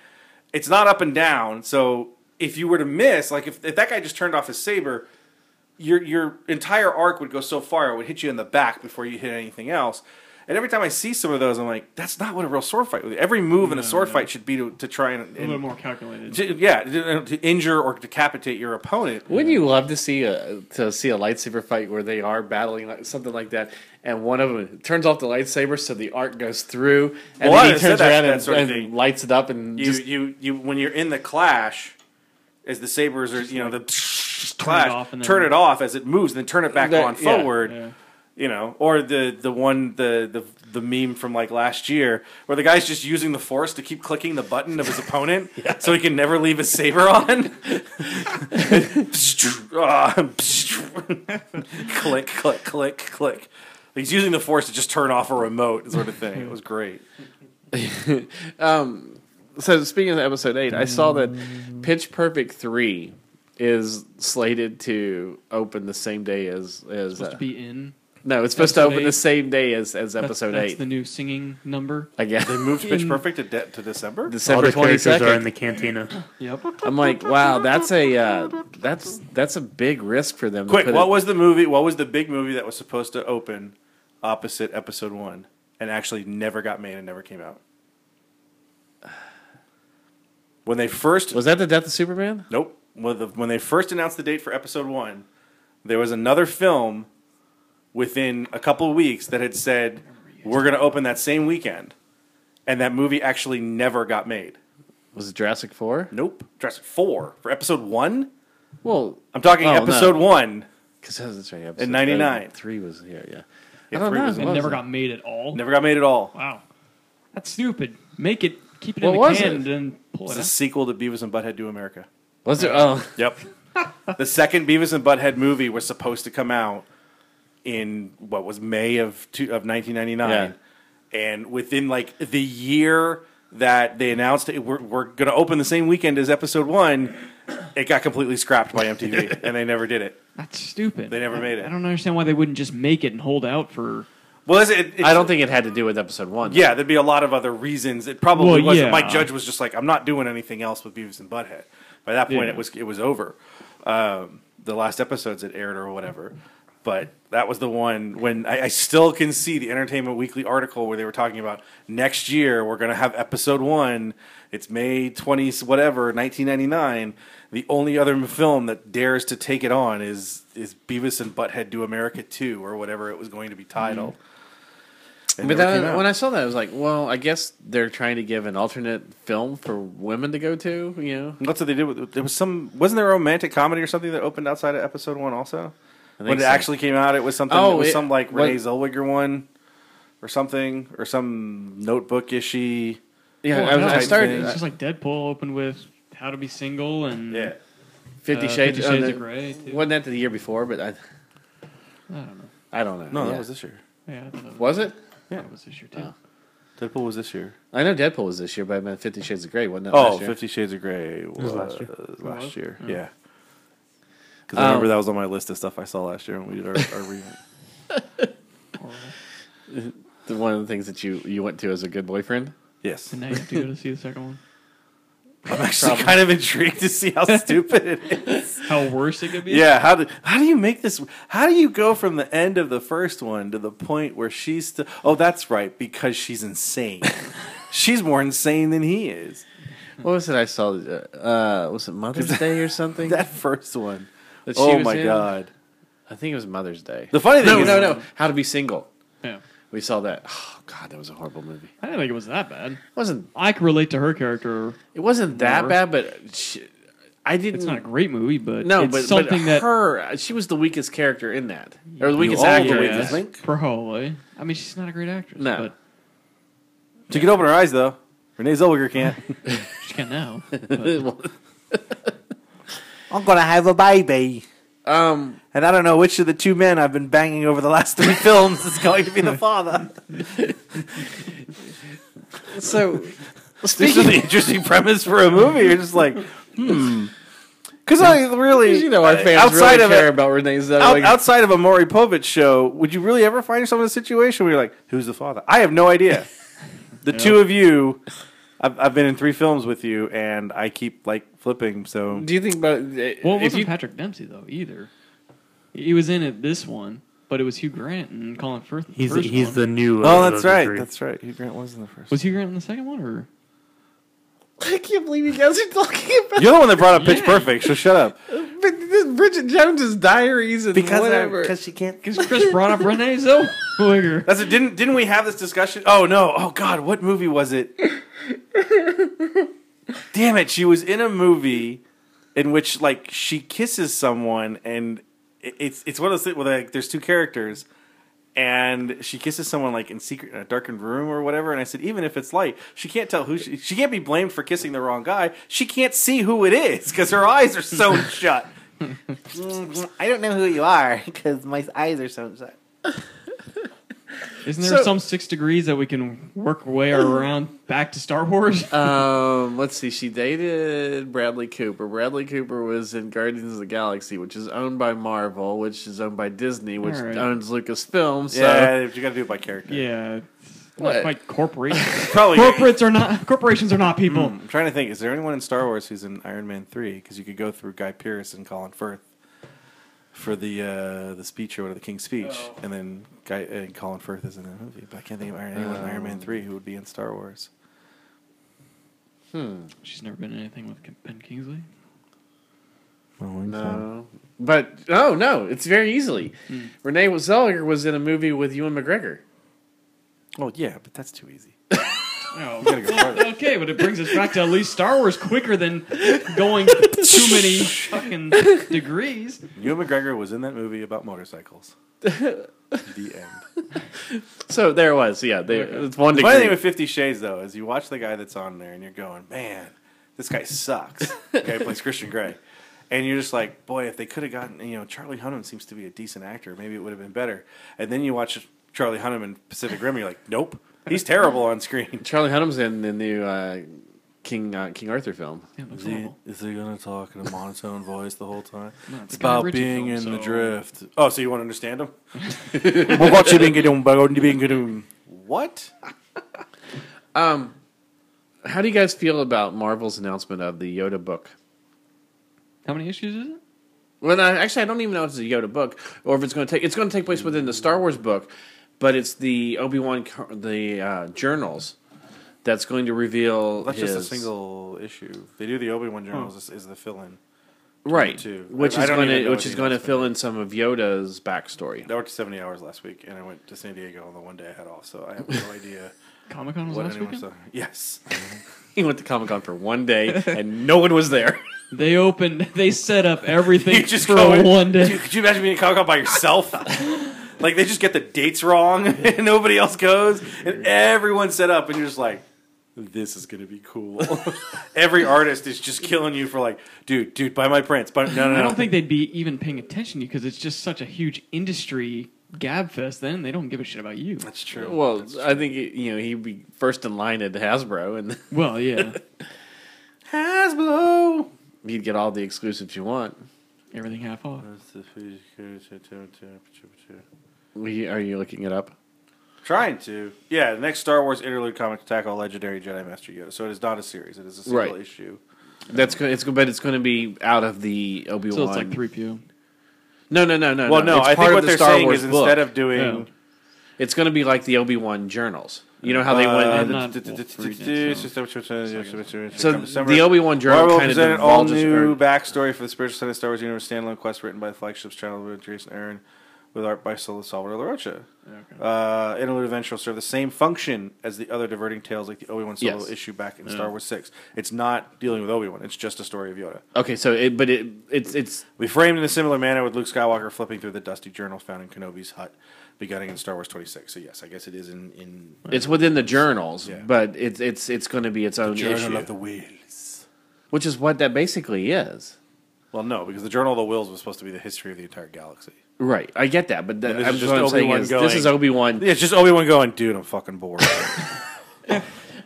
it's not up and down. So if you were to miss, like if, if that guy just turned off his saber, your your entire arc would go so far it would hit you in the back before you hit anything else. And every time I see some of those, I'm like, that's not what a real sword fight would be. Every move in a sword
no.
fight should be to, to try and,
A little bit
and
more calculated.
to, yeah, to, to injure or decapitate your opponent.
Wouldn't you love to see a to see a lightsaber fight where they are battling like, something like that, and one of them turns off the lightsaber so the arc goes through, and
Well, I
then he
said
turns
that-
around
that
and,
sort of
and
thing.
lights it up and
you
just
you you when you're in the clash as the sabers are you know the clash turn, it off,
and then-
as it moves then turn it back
That-
on
yeah,
forward
yeah.
you know or the the one the, the the meme from like last year where the guy's just using the force to keep clicking the button of his opponent so he can never leave his saber on Ah, click click click click he's using the force to just turn off a remote sort of thing it was great
so speaking of episode eight, I saw that Pitch Perfect three is slated to open the same day as as
supposed
uh,
to be in.
no, it's supposed to
episode
open
eight?
the same day as as
That's,
episode
that's
eight.
the new singing number.
I guess
moved pitch
In-
perfect to, de- to december
All
December
the
twenty
characters are
second.
in the cantina.
Yep.
I'm like, wow, that's a uh, that's that's a big risk for them. to
Quick,
put
what
it-
was the movie? What was the big movie that was supposed to open opposite episode one and actually never got made and never came out? When they first
was that the death of Superman?
nope when, the, when they first announced the date for episode one, there was another film within a couple of weeks that had said we're going to open that same weekend, and that movie actually never got made.
Was it Jurassic Four?
Nope, Jurassic Four for episode one.
Well,
I'm talking
Oh, no.
episode one.
because that's right. Episode
99.
three was here. Yeah,
Yeah,
I don't
three
know.
was-
What
It never
it?
got made at all.
Never got made at all.
Wow. That's stupid. Make it. Keep it
What
in the
was
can
it?
and then pull it
It's a
out.
sequel to Beavis and Butthead Do America.
Was there? Oh,
Yep. the second Beavis and Butthead movie was supposed to come out in what was May of two, of 1999. And within like the year that they announced it, we're, we're going to open the same weekend as episode one, it got completely scrapped by MTV and they never did it.
That's stupid.
They never
I-
made it.
I don't understand why they wouldn't just make it and hold out for
Well, it's- it, it,
I don't think it had to do with episode one.
Yeah, there'd be a lot of other reasons. It probably
Well,
wasn't.
yeah.
Mike Judge was just like, I'm not doing anything else with Beavis and Butthead. By that point,
Yeah.
it was it was over. Um, the last episodes that aired or whatever. But that was the one when I, I still can see the Entertainment Weekly article where they were talking about next year we're going to have episode one. It's May twenty whatever nineteen ninety nine. The only other film that dares to take it on is is Beavis and Butthead Do America Two or whatever it was going to be titled. It
But
never came
that,
out.
when I saw that, I was like, well, I guess they're trying to give an alternate film for women to go to, you know?
That's what they did. With, there was some. Wasn't there a romantic comedy or something that opened outside of episode one? Also, when it
so.
actually came out, it was something.
Oh,
it was
it-
some like
what-
Renee Zellweger one, or something, or some notebook ishy. Oh,
Yeah,
Well,
I, was,
no,
I
it's-
started
It's just like Deadpool opened with How to Be Single and
Yeah,
Fifty
uh,
Shades,
Fifty
oh,
Shades
no,
of Grey, too.
Wasn't that the year before? But I,
I don't know.
I don't know.
no,
Yeah.
that was this year.
Yeah, I thought that was,
Was it?
I thought it was this year too.
Oh.
Deadpool was this year.
I know Deadpool was this year, but I meant Fifty Shades of Grey wasn't that
Oh,
last year?
Fifty Shades of Grey was
last
last
year.
year.
was?
Last year,
Oh.
yeah. Um, Because I remember that was on my list of stuff I saw last year when we did our, our review.
Horrible.
The- One of the things that you you went to as a good boyfriend.
Yes,
And now you have to go to see the second one.
I'm actually kind of intrigued to see how stupid it is.
How worse it could be?
Yeah, how do how do you make this? How do you go from the end of the first one to the point where she's still? Oh, that's right, because she's insane. she's more insane than he is.
What was it I saw? Uh, was it Mother's Day or something?
That first one.
That she
Oh
was
my
in?
god.
I think it was Mother's Day.
The funny thing
no,
is,
no, no. How to Be Single.
Yeah.
We saw that. Oh God, that was a horrible movie.
I didn't think it was that bad.
It wasn't
I could relate to her character.
It wasn't that
Remember?
bad, but she, I didn't.
It's not a great movie, but
no,
it's
but,
something
but
that
her she was the weakest character in that, or the weakest
all the
actor. in
weakest.
that.
Yes,
think?
probably. I mean, she's not a great actress.
No.
but
She can open her eyes though. Renee Zellweger can't.
she can now. But
I'm gonna have a baby,
um,
and I don't know which of the two men I've been banging over the last three films is going to be the father.
so
This is an
speaking,
interesting premise for a movie. You're just like, hmm. Because I really,
you know, our fans
outside
really
of
care
it,
about Renee
Out,
Zellweger.
outside of a Maury Povich show, would you really ever find yourself in a situation where you're like, "Who's the father?" I have no idea. The two of you, I've, I've been in three films with you, and I keep like flipping. So
Do you think about
well, it
if
wasn't
you?
Patrick Dempsey though either. He was in it this one, but it was Hugh Grant and Colin Firth. in the
He's
first
he's
one.
the new. uh,
oh,
of
that's
the
right,
three.
that's right. Hugh Grant was in the first.
Was Hugh Grant in the second one or?
I can't believe you guys are talking about
You're the one that brought up Pitch
Yeah.
Perfect, so shut up.
but this Bridget Jones's diaries and whatever.
she can't.
Because Chris brought up Renee Zellweger.
That's it. Didn't didn't we have this discussion? Oh no! Oh God! What movie was it? Damn it! She was in a movie in which like she kisses someone, and it- it's it's one of those things where like there's two characters, and she kisses someone like in secret in a darkened room or whatever. And I said, even if it's light, she can't tell who she, she can't be blamed for kissing the wrong guy. She can't see who it is because her eyes are so shut. I don't know who you are because my eyes are so shut.
Isn't there
So-
some six degrees that we can work our way around back to Star Wars?
Um, let's see. She dated Bradley Cooper. Bradley Cooper was in Guardians of the Galaxy, which is owned by Marvel, which is owned by Disney, which
All right.
owns Lucasfilm. So
Yeah, you got to do it by character.
yeah, it's
What?
not quite corporations.
Probably.
Corporates are not corporations are not people.
I'm trying to think. Is there anyone in Star Wars who's in Iron Man three? Because you could go through Guy Pearce and Colin Firth for the uh, the speech or whatever the King's speech, and then Guy and Colin Firth is in that movie. But I can't think of Iron- anyone in Iron Man three who would be in Star Wars.
She's never been in anything with K- Ben Kingsley.
no, but oh no, it's very easily.
Hmm.
Renee Zellweger was in a movie with Ewan McGregor.
Oh yeah, but that's too easy.
Oh,
gotta go farther.
okay, but it brings us back to at least Star Wars quicker than going too many fucking degrees.
Ewan McGregor was in that movie about motorcycles. the end.
So there it was. Yeah, they,
Okay.
it's one
The funny thing
degree.
with Fifty Shades though is you watch the guy that's on there and you're going, man, this guy sucks. the guy who plays Christian Grey, and you're just like, boy, if they could have gotten, you know, Charlie Hunnam seems to be a decent actor. Maybe it would have been better. And then you watch Charlie Hunnam in Pacific Rim, and you're like, nope, he's terrible on screen.
Charlie Hunnam's in the new uh, King uh, King Arthur film.
Yeah, it looks
Is he,
awful.
is he gonna talk in a monotone voice the whole time?
No,
it's
it's a Guy
about
Ritchie
being
film,
in the
so-
drift. Oh, so you want to understand him? Well, what you been getting, but what you been getting? What?
Um, How do you guys feel about Marvel's announcement of the Yoda book?
How many issues is it?
Well, no, actually, I don't even know if it's a Yoda book or if it's going to take. It's going to take place within the Star Wars book, but it's the Obi Wan the uh, journals that's going to reveal.
That's
his,
just a single issue. They do the Obi Wan journals is, is the fill-in.
right,
two.
which
I- I
is
don't
going
even
to
know
which
if
is
he
going to
knows, but-
fill in some of Yoda's backstory.
I worked seventy hours last week, and I went to San Diego on the one day I had off, so I have no idea
Comic Con was
what
last
anyone
weekend.
saw. Yes,
He went to Comic Con for one day and no one was there.
They opened. They set up everything
you just
for
go in-
one day.
Dude, could you imagine being a Comic Con by yourself? like they just get the dates wrong, and nobody else goes, and everyone's set up, and you're just like, "This is gonna be cool." Every artist is just killing you for like, "Dude, dude, buy my prints." Buy, no, no, no.
I don't think they'd be even paying attention to you because it's just such a huge industry gab fest. Then they don't give a shit about you.
that's true.
Well, I think you know he'd be first in line at Hasbro, and
Well, yeah,
Hasbro.
you'd get all the exclusives you want.
everything half off.
We, are you looking it up?
Trying to. Yeah, the next Star Wars interlude comic to tackle Legendary Jedi Master Yoda. So it is not a series, it is a single
Right.
issue.
That's go- it's go- but it's going to be out of the Obi Wan.
So it's like three PO.
No, no, no, no.
Well, no,
It's
I
part
think
of
what
the
they're
Star
saying
Wars
is
book.
instead of doing.
it's going to be like the Obi Wan journals. You know how they
Uh,
went.
the-
In,
not
so the
the
Obi Wan journal
Marvel
kind of
presented all
divulges.
new
New...
backstory for the spiritual side of Star Wars universe standalone quest written by the flagship's channel with Jason Aaron, with art by Sol- Salvador La Rocha. Uh, interlude adventure will serve the same function as the other diverting tales like the Obi Wan solo
Yes.
issue back in Star Wars Six. It's not dealing with Obi Wan; it's just a story of Yoda.
Okay, so it, but it it's it's
We framed in a similar manner with Luke Skywalker flipping through the dusty journal found in Kenobi's hut, beginning in Star Wars 26. So yes, I guess it is in in
it's within the journals,
Yeah.
but it's it's it's going to be its own issue,
Wills.
which is what that basically is.
Well, no, because the Journal of the Wills was supposed to be the history of the entire galaxy.
Right, I get that, but that,
And this
I'm
is
just
just
what I'm saying
Obi-Wan
is
going-
this is Obi Wan.
Yeah, it's just Obi Wan going, dude, I'm fucking bored.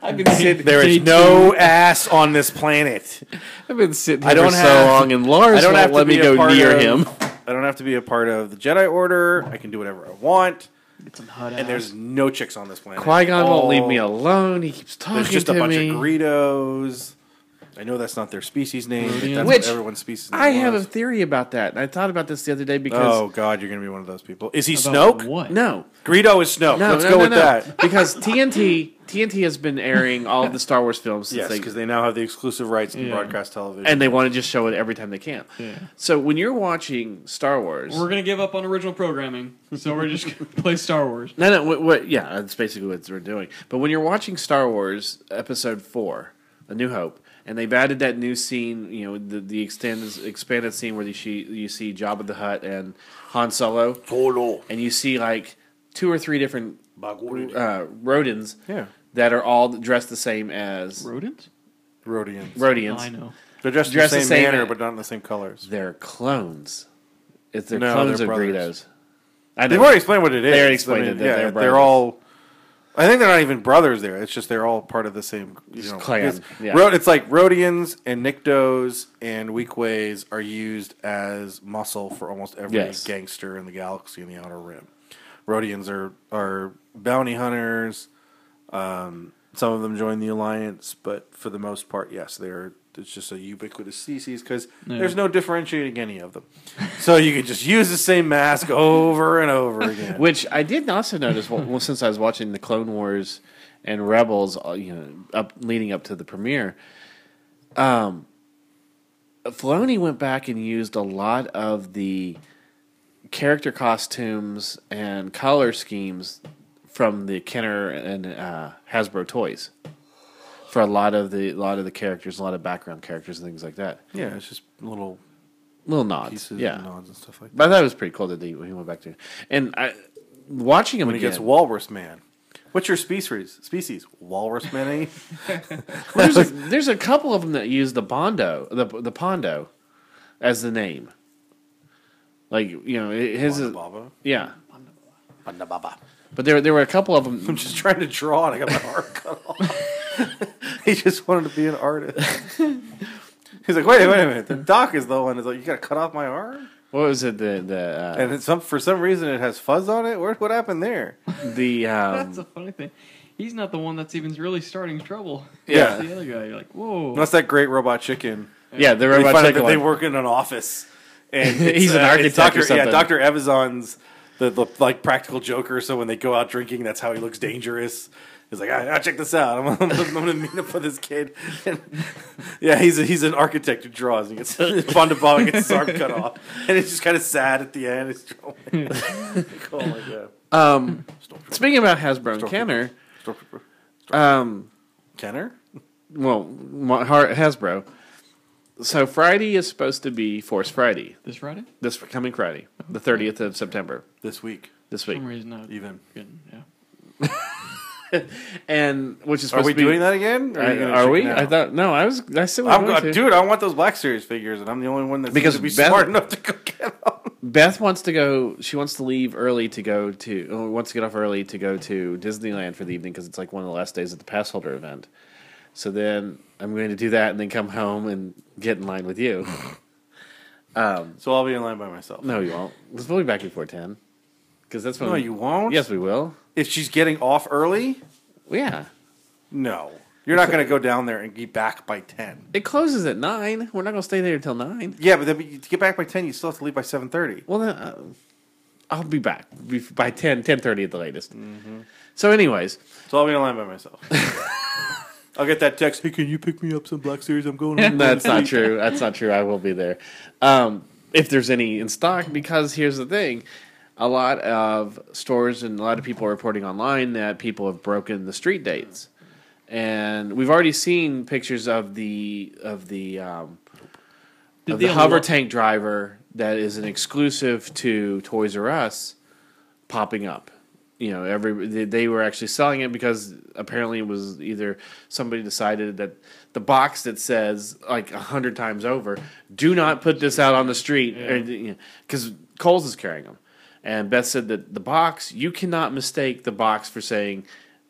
I've been sitting
There is no ass on this planet.
I've been sitting
I don't
for
have-
so long, and Lars
I don't
won't
have to
let me
be a
go
part
near
of-
him.
I don't have to be a part of the Jedi Order. I can do whatever I want.
Some hot
And there's no chicks on this planet.
Qui Gon won't leave me
All-
alone. He keeps talking
There's just
to
a bunch
me.
of Greedos. I know that's not their species name, but that's
Which
what everyone's species name
I have a
was.
theory about that. and I thought about this the other day because
Oh God, you're gonna be one of those people. Is he
About
Snoke?
What?
no,
Greedo is Snoke.
no,
Let's
no,
go
no,
with
no.
that.
because TNT TNT has been airing all of the Star Wars films since
Yes,
they
because they now have the exclusive rights to
Yeah.
broadcast television.
and they want to just show it every time they can.
Yeah.
So when you're watching Star Wars,
We're gonna give up on original programming, so we're just gonna play Star Wars.
no, no, what, what, yeah, that's basically what we're doing. But when you're watching Star Wars Episode Four, A New Hope, and they've added that new scene, you know, the the extended expanded scene where you see you see Jabba the Hutt and Han Solo, and you see like two or three different uh, rodents
Yeah.
that are all dressed the same as
Rodents?
Rhodians.
Rhodians.
I know.
They're dressed,
Dressed
in
the
the same,
same
manner,
in-
but not in the same colors.
They're clones. It's they're
No,
clones
they're
of Greedos.
brothers.
I
They've
know.
already explained what it is.
They already explained it, that
yeah,
they're
they're,
brothers.
all. I think they're not even brothers. There, it's just they're all part of the same you know,
clan,
It's,
yeah.
Rho- it's like Rhodians and Nyctos and Weakways are used as muscle for almost every
Yes.
gangster in the galaxy in the Outer Rim. Rhodians are are bounty hunters. Um, some of them join the alliance, but for the most part, yes, they're it's just a ubiquitous species because
Yeah.
there's no differentiating any of them. so you can just use the same mask over and over again.
Which I did also notice well, well, since I was watching the Clone Wars and Rebels, uh, you know, up leading up to the premiere. Um, Filoni went back and used a lot of the character costumes and color schemes from the Kenner and uh, Hasbro toys for a lot of the a lot of the characters, a lot of background characters and things like that.
Yeah, it's just little
Little nods,
pieces
yeah.
and nods and stuff like that.
But I thought it was pretty cool that he, he went back to, and I watching him
When he
again.
gets Walrus Man. What's your species? Species? Walrus Man? eh?
there's a, there's a couple of them that use the bondo the the pondo as the name like you know it- his is,
Baba.
yeah
Baba.
but there there were a couple of
I'm
them
just trying to draw and I got my arm cut off. he just wanted to be an artist. He's like, wait, wait a minute. The doc is the one. that's like, you got to cut off my arm,
What was it? The the uh,
and it's some for some reason it has fuzz on it. Where, what happened there?
the
That's a
um,
funny thing. He's not the one that's even really starting trouble.
Yeah.
It's the other guy. You're like, whoa.
That's that great robot chicken.
yeah the
They
robot
find out
chicken
that they
one.
work in an office, and
He's
it's, uh,
an
it's
architect or
Dr. Yeah,
something.
Doctor Evazon's the, the like practical joker. So when they go out drinking, that's how he looks dangerous. He's like, ah, ah, check this out. I'm, I'm, I'm going to meet up with this kid. And, yeah, he's a, he's an architect who draws. And gets Von de Bauer gets his arm cut off, and it's just kind of sad at the end. It's oh my god. Oh
Um, speaking about Hasbro and Kenner, um,
Kenner?
well, Ma- Har- Hasbro. So Friday is supposed to be Force Friday,
this Friday?
this coming Friday, the thirtieth of September
This week,
this
For
week,
some reason, I
even.
couldn't- yeah.
and which is
Are
supposed
we
to be,
doing that again? Or
I-
you gonna
are
check
we?
it
I
out?
thought no. I was. I said we were
I'm,
going
uh,
to.
dude, I want those Black Series figures, and I'm the only one that
Because
because be
Beth-
smart enough to go get them.
Beth wants to go. She wants to leave early to go to. oh, Wants to get off early to go to Disneyland for the evening because it's like one of the last days of the pass holder event. So then I'm going to do that and then come home and get in line with you.
So I'll be in line by myself.
No, you won't. Let's we'll be back before ten because that's when.
No, you won't.
Yes, we will.
If she's getting off early,
Yeah,
no, you're not going to go down there and be back by ten.
it closes at nine. We're not going to stay there until nine.
Yeah, but then you- to get back by ten, you still have to leave by seven thirty.
Well, then uh, I'll be back bef- by 10, 10.30 at the latest.
Mm-hmm.
So, anyways,
So I'll be in line by myself. I'll get that text. Hey, can you pick me up some Black Series? I'm going. home."
That's not true. That's not true. I will be there. Um, if there's any in stock, because here's the thing a lot of stores and a lot of people are reporting online that people have broken the street dates. And we've already seen pictures of the of the um,
Did
of the
they
hover
unlo-
tank driver that is an exclusive to Toys R Us popping up. You know, every they, they were actually selling it because apparently it was either somebody decided that the box that says like a hundred times over, "Do not put this out on the street," because Coles is carrying them. And Beth said that the box you cannot mistake the box for saying,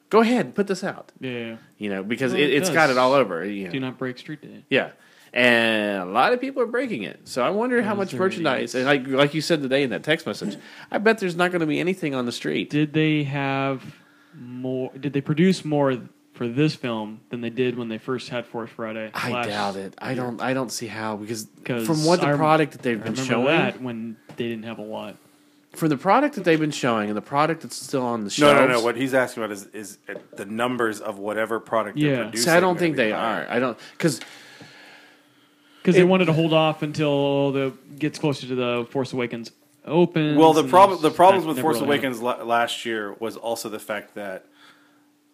"Go ahead, put this out."
Yeah, yeah.
You know, because
Well,
it,
it
it's got
does.
it all over. You know.
Do not break street day.
Yeah. And a lot of people are breaking it. So I wonder how much
there
merchandise and like like you said today in that text message, I bet there's not going to be anything on the street.
Did they have more? Did they produce more for this film than they did when they first had Force Friday?
I
last-
doubt it. I don't I don't see how because
'Cause
from what the
I-
product that
I
they've been
remember
showing
that when they didn't have a lot.
from the product that they've been showing and the product that's still on the
No,
shelves.
no, no. What he's asking about is is uh, the numbers of whatever product
Yeah.
they're
So I
producing.
so I don't
are
think
gonna be
they
high.
are. I don't cuz
because they wanted to hold off until the gets closer to the Force Awakens opens.
Well, the
and
problem the
that's-
problems
that
with
never
Force
really
Awakens la- last year was also the fact that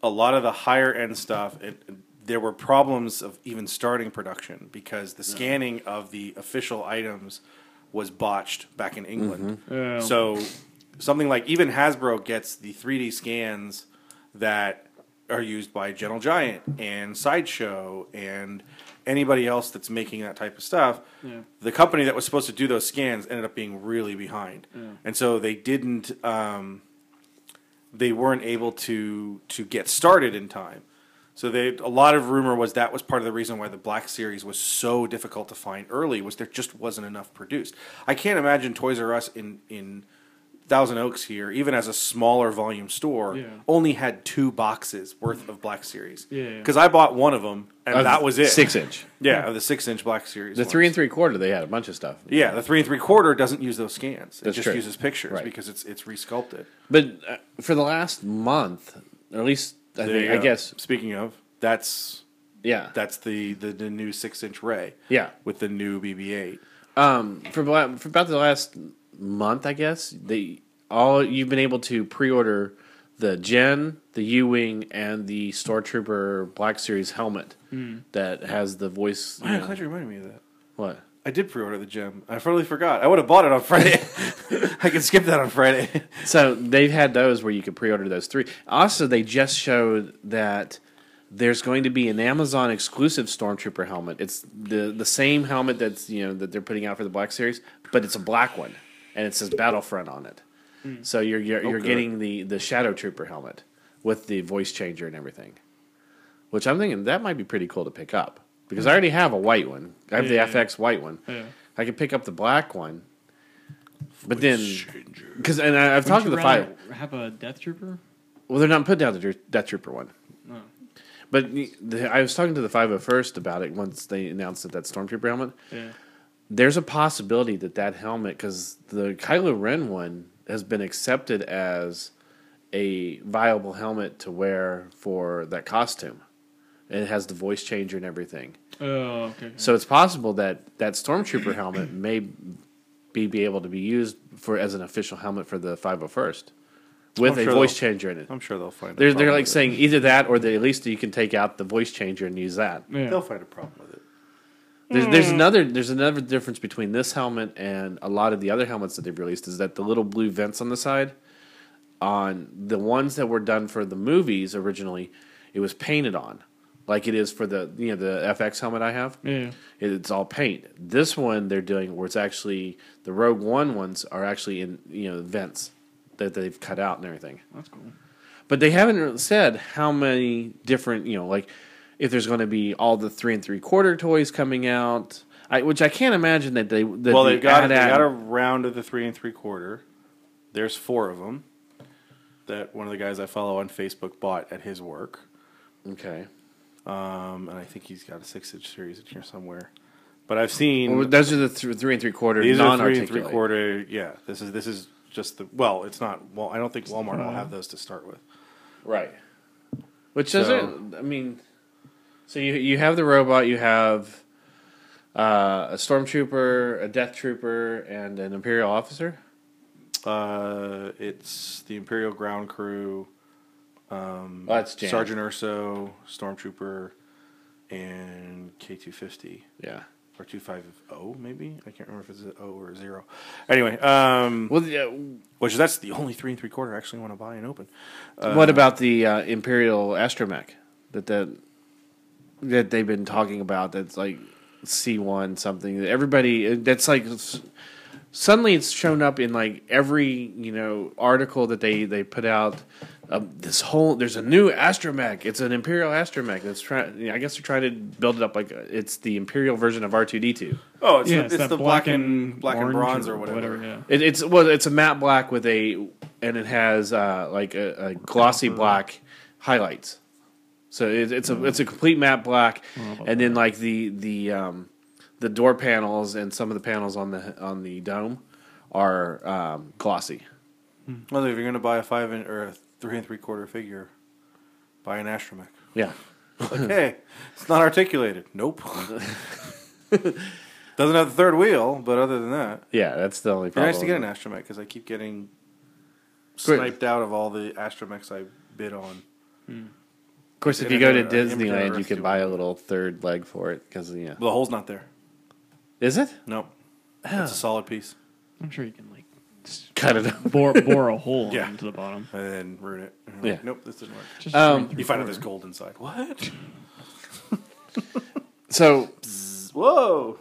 a lot of the higher end stuff it, there were problems of even starting production because the scanning of the official items was botched back in England.
happened. Yeah.
So something like even Hasbro gets the 3D scans that are used by Gentle Giant and Sideshow and anybody else that's making that type of stuff.
Yeah.
The company that was supposed to do those scans ended up being really behind, and so they didn't. Um, they weren't able to to get started in time. So they a lot of rumor was that was part of the reason why the Black Series was so difficult to find early was there just wasn't enough produced. I can't imagine Toys R Us in in Thousand Oaks here, even as a smaller volume store,
Yeah.
only had two boxes worth of Black Series.
Yeah, yeah.
because I bought one of them and that was it.
6 inch.
yeah, of the six inch Black Series.
The
ones.
3 and 3 quarter they had a bunch of stuff.
yeah, the three and three quarter doesn't use those scans. It
That's
just
true.
uses pictures
Right.
because it's it's resculpted.
But uh, for the last month, or at least I
There
think
you
I
go.
guess
Speaking of, that's
yeah.
that's the the, the new six inch Ray.
Yeah.
with the new BB-8.
um, for bla- for about the last month, I guess they all you've been able to pre-order the Gen, the U Wing, and the Stormtrooper Black Series helmet that has the voice. you
I'm
know-
glad you reminded me of that.
what?
I did pre-order the gem. I totally forgot. I would have bought it on Friday. I can skip that on Friday.
So they've had those where you could pre-order those three. Also, they just showed that there's going to be an Amazon exclusive Stormtrooper helmet. It's the the same helmet that's you know that they're putting out for the Black Series, but it's a black one, and it says Battlefront on it. So you're you're, you're
good.
getting the the Shadow Trooper helmet with the voice changer and everything. which I'm thinking that might be pretty cool to pick up because I already have a white one. I have
Yeah.
the FX white one.
Yeah.
I could pick up the black one, but then because and I, I've talked to
Would
the
you
five.
rather Have a death trooper.
Well, they're not putting down the Dr- Death Trooper one.
Oh.
No.
But the- the, I was talking to the 501st about it once they announced that that Stormtrooper helmet.
Yeah.
There's a possibility that that helmet, because the Kylo Ren one has been accepted as a viable helmet to wear for that costume. And it has the voice changer and everything.
Oh, okay. okay.
So it's possible that that Stormtrooper helmet may be, be able to be used for as an official helmet for the 501st with
I'm
a
sure
voice
they'll-
changer in it.
I'm sure they'll find. a
They're,
problem
they're like
with it.
saying either that or the, at least you can take out the voice changer and use that.
yeah.
they'll find a problem with it.
There's, there's another there's another difference between this helmet and a lot of the other helmets that they've released is that the little blue vents on the side on the ones that were done for the movies originally it was painted on like it is for the you know the FX helmet I have
yeah.
It- it's all paint this one they're doing where it's actually the Rogue One ones are actually in you know vents that they've cut out and everything
That's cool.
but they haven't really said how many different, you know, like if there's going to be all the three and three quarter toys coming out, I, which I can't imagine that they. That
well,
the
they've got they
AT-AT
got a round of the three and three quarter. There's four of them that one of the guys I follow on Facebook bought at his work,
okay.
um, and I think he's got a six inch series in here somewhere. But I've seen
Well, those are the th- three and three quarter.
these are
non
three and three quarter. Yeah, this is this is just the well. It's not well. I don't think Walmart will have those to start with.
right? Which
So-
doesn't. I mean, so you you have the robot, you have uh, a stormtrooper, a death trooper, and an imperial officer.
Uh, it's the Imperial Ground Crew,
Oh, that's Jan.
Sergeant Urso, Stormtrooper, and K two fifty.
Yeah.
or two five zero maybe. I can't remember if it's a O or a zero. Anyway, um,
Well, yeah,
which that's the only three and three quarter I actually want to buy and open.
what about the uh, Imperial astromech that that that they've been talking about? That's like C one something. Everybody that's like s- suddenly it's shown up in like every you know article that they they put out. Um, this whole there's a new astromech. It's an Imperial astromech. That's trying. I guess they're trying to build it up like uh, it's the Imperial version of R two D two.
Oh, it's
yeah,
the, it's
that
the black and black and
orange
bronze or whatever.
yeah.
It, it's well, it's a matte black with a, and it has uh, like a, a glossy black highlights. So it, it's a it's a complete matte black, and then like the the um, the door panels and some of the panels on the on the dome are um, glossy.
Well, if you're gonna buy a five and, or a three and three quarter figure, buy an astromech.
Yeah,
Like, hey, it's not articulated. Nope. Doesn't have the third wheel, but other than that,
yeah, that's the only
it'd be
problem.
nice to get an astromech because I keep getting
Great.
sniped out of all the astromechs I bid on.
Of course, if
get uh,
you go
an-
to
an Imperial
Disneyland, you can
Rescue.
buy a little third leg for it because yeah,
The hole's not there.
is it
Nope. It's a solid piece.
I'm sure you can like s-
cut it up?
bore bore a hole
Yeah.
into the bottom.
and then ruin it. And you're
Yeah.
Like, nope, this didn't work.
Just
Um,
three and
You find out
three
there's gold inside. What?
So
Whoa!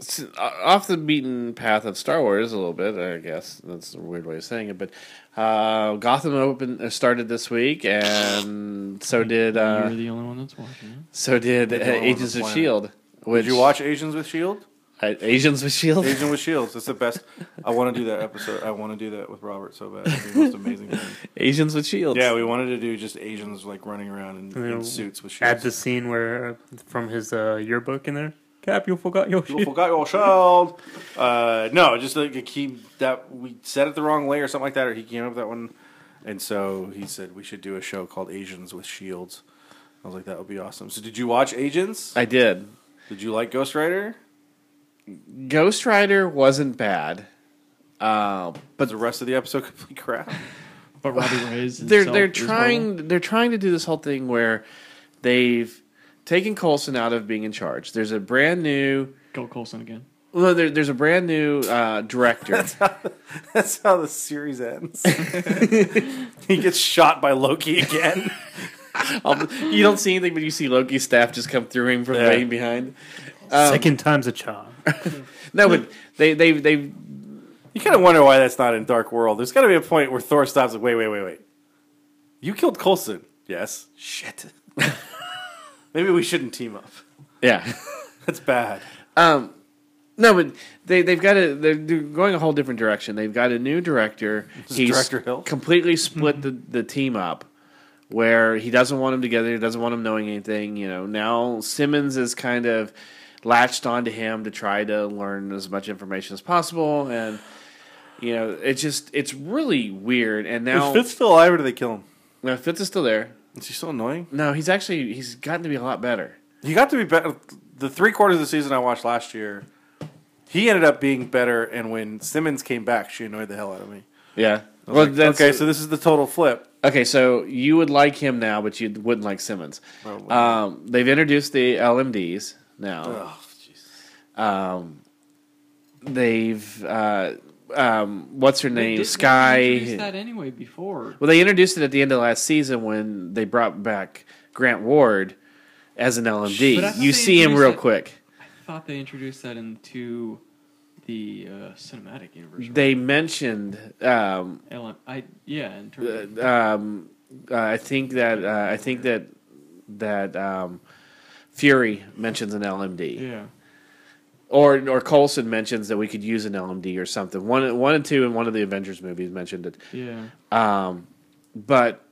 s- off the beaten path of Star Wars a little bit, I guess that's a weird way of saying it. But uh, Gotham open uh, started this week, and so did
quarter.
uh,
You're the only one that's watching. it.
so did uh,
the only one
Agents
that's
of
playing.
Shield. Which,
Did you watch Asians with Shield?
uh, Agents with Shield?
Asian with Shields. That's the best. I want to do that episode. I want to do that with Robert so bad. It's the most amazing thing.
Asians with Shield.
E Yeah, we wanted to do just Asians like running around in, in suits with shields.
Add the scene where uh, from his uh, yearbook in there. Cap, you forgot your
You
shit.
forgot your shield. Uh, no, just like a key that we said it the wrong way or something like that, or he came up with that one, and so he said we should do a show called Asians with Shields. I was like, that would be awesome. So, did you watch Agents?
I did.
Did you like Ghost Rider?
Ghost Rider wasn't bad. Uh,
But the rest of the episode complete crap.
But Robbie Reyes.
they're
himself
they're
is horrible.
trying they're trying to do this whole thing where they've taken Colson out of being in charge. There's a brand new
Go Colson again.
well, there, there's a brand new uh, director.
That's how the series ends. he gets shot by Loki again.
Um, you don't see anything, but you see Loki's staff just come through him from
Yeah.
way behind.
Um,
Second time's a charm.
No, but they they they
You kind of wonder why that's not in Dark World. There's got to be a point where Thor stops. Like, wait, wait, wait, wait. You killed Coulson. Yes. Shit. Maybe we shouldn't team up.
Yeah.
That's bad.
Um, no, but they they've got a they're they're going a whole different direction. They've got a new director.
is Director Hill?
completely split the, the team up, where he doesn't want them together. He doesn't want them knowing anything. You know, now Simmons is kind of latched onto him to try to learn as much information as possible, and you know, it's just it's really weird. And now
Is Fitz still alive or did they kill him?
now Fitz is still there.
Is he still annoying?
No, he's actually he's gotten to be a lot better.
He got to be better. The three quarters of the season I watched last year, he ended up being better. And when Simmons came back, she annoyed the hell out of me.
Yeah.
I was like, okay, so this is the total flip.
Okay, so you would like him now, but you wouldn't like Simmons.
Probably.
Um, they've introduced the LMDs now.
Oh, Jesus.
Um, they've uh, um, what's her
They
name?
didn't introduce
Sky.
that anyway before.
Well, they introduced it at the end of last season when they brought back Grant Ward as an
But I thought
LMD. You
they
see him
introduced
real
it-
quick.
I thought they introduced that into the uh, cinematic universe. right?
They mentioned. Um,
Ellen, I yeah, in terms of,
uh, um, uh, I think that uh, I think that that um, Fury mentions an LMD.
yeah.
or or Colson mentions that we could use an LMD or something. One one and two in one of the Avengers movies mentioned it.
Yeah.
Um, but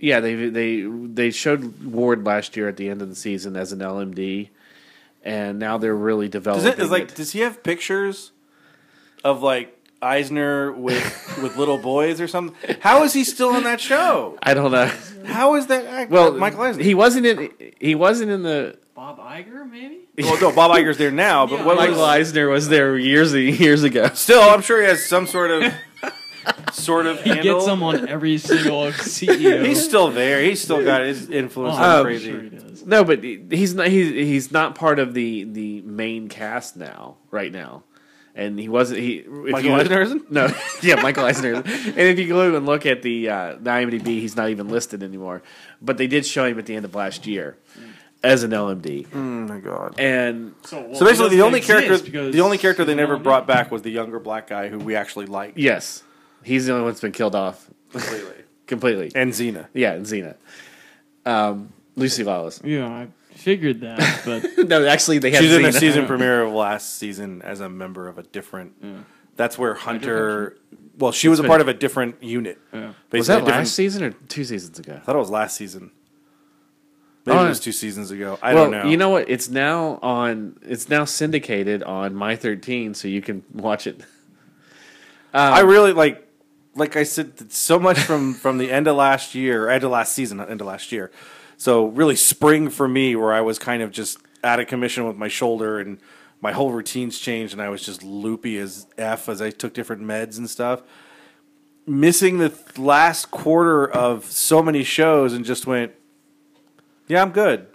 yeah, they they they showed Ward last year at the end of the season as an LMD, and now they're really
Does
developing.
it, is like, does he have pictures of like Eisner with with little boys or something? How is he still in that show?
I don't know.
How is that? act- uh,
Well,
Michael Eisner.
He wasn't in. He wasn't in the.
Bob Iger, maybe.
well, no, Bob Iger's there now, but
Yeah.
what
Michael
was,
Eisner was there years and years ago.
still, I'm sure he has some sort of sort of
He
handle.
gets them on every single CEO.
He's still there. He's still got his influence.
Oh,
on
I'm
crazy.
sure he does.
No, but he- he's not. He's he's not part of the the main cast now. Right now, and he wasn't. He if
Michael
you-
Eisner isn't?
No, yeah, Michael Eisner. isn't. and if you go and look at the uh, the IMDb, he's not even listed anymore. But they did show him at the end of last year as an LMD,
Oh my god.
and
So, well,
So basically,
he
the only
doesn't
character,
exist because
the only character they
he's
never
not
brought back was the younger black guy who we actually liked
yes, he's the only one that's been killed off
completely,
completely.
and Xena.
yeah, and Xena, um, Lucy Lawless.
in. Yeah, I figured that, but
no, actually, they had
She's in the
Xena.
season premiere of last season as a member of a different. That's where Hunter. Well, she was a part of a different unit.
yeah.
Basically,
Was
a
that
different-
last season or two seasons ago?
I thought it was last season. Maybe
Oh,
it was two seasons ago. I
well,
don't know.
you know what? It's now on. It's now syndicated on My Thirteen, so you can watch it.
I really like, like I said, so much from from the end of last year, end of last season, not end of last year. So really, spring for me, where I was kind of just out of commission with my shoulder and my whole routines changed, and I was just loopy as f as I took different meds and stuff. Missing the th- last quarter of so many shows, and just went, yeah, I'm good.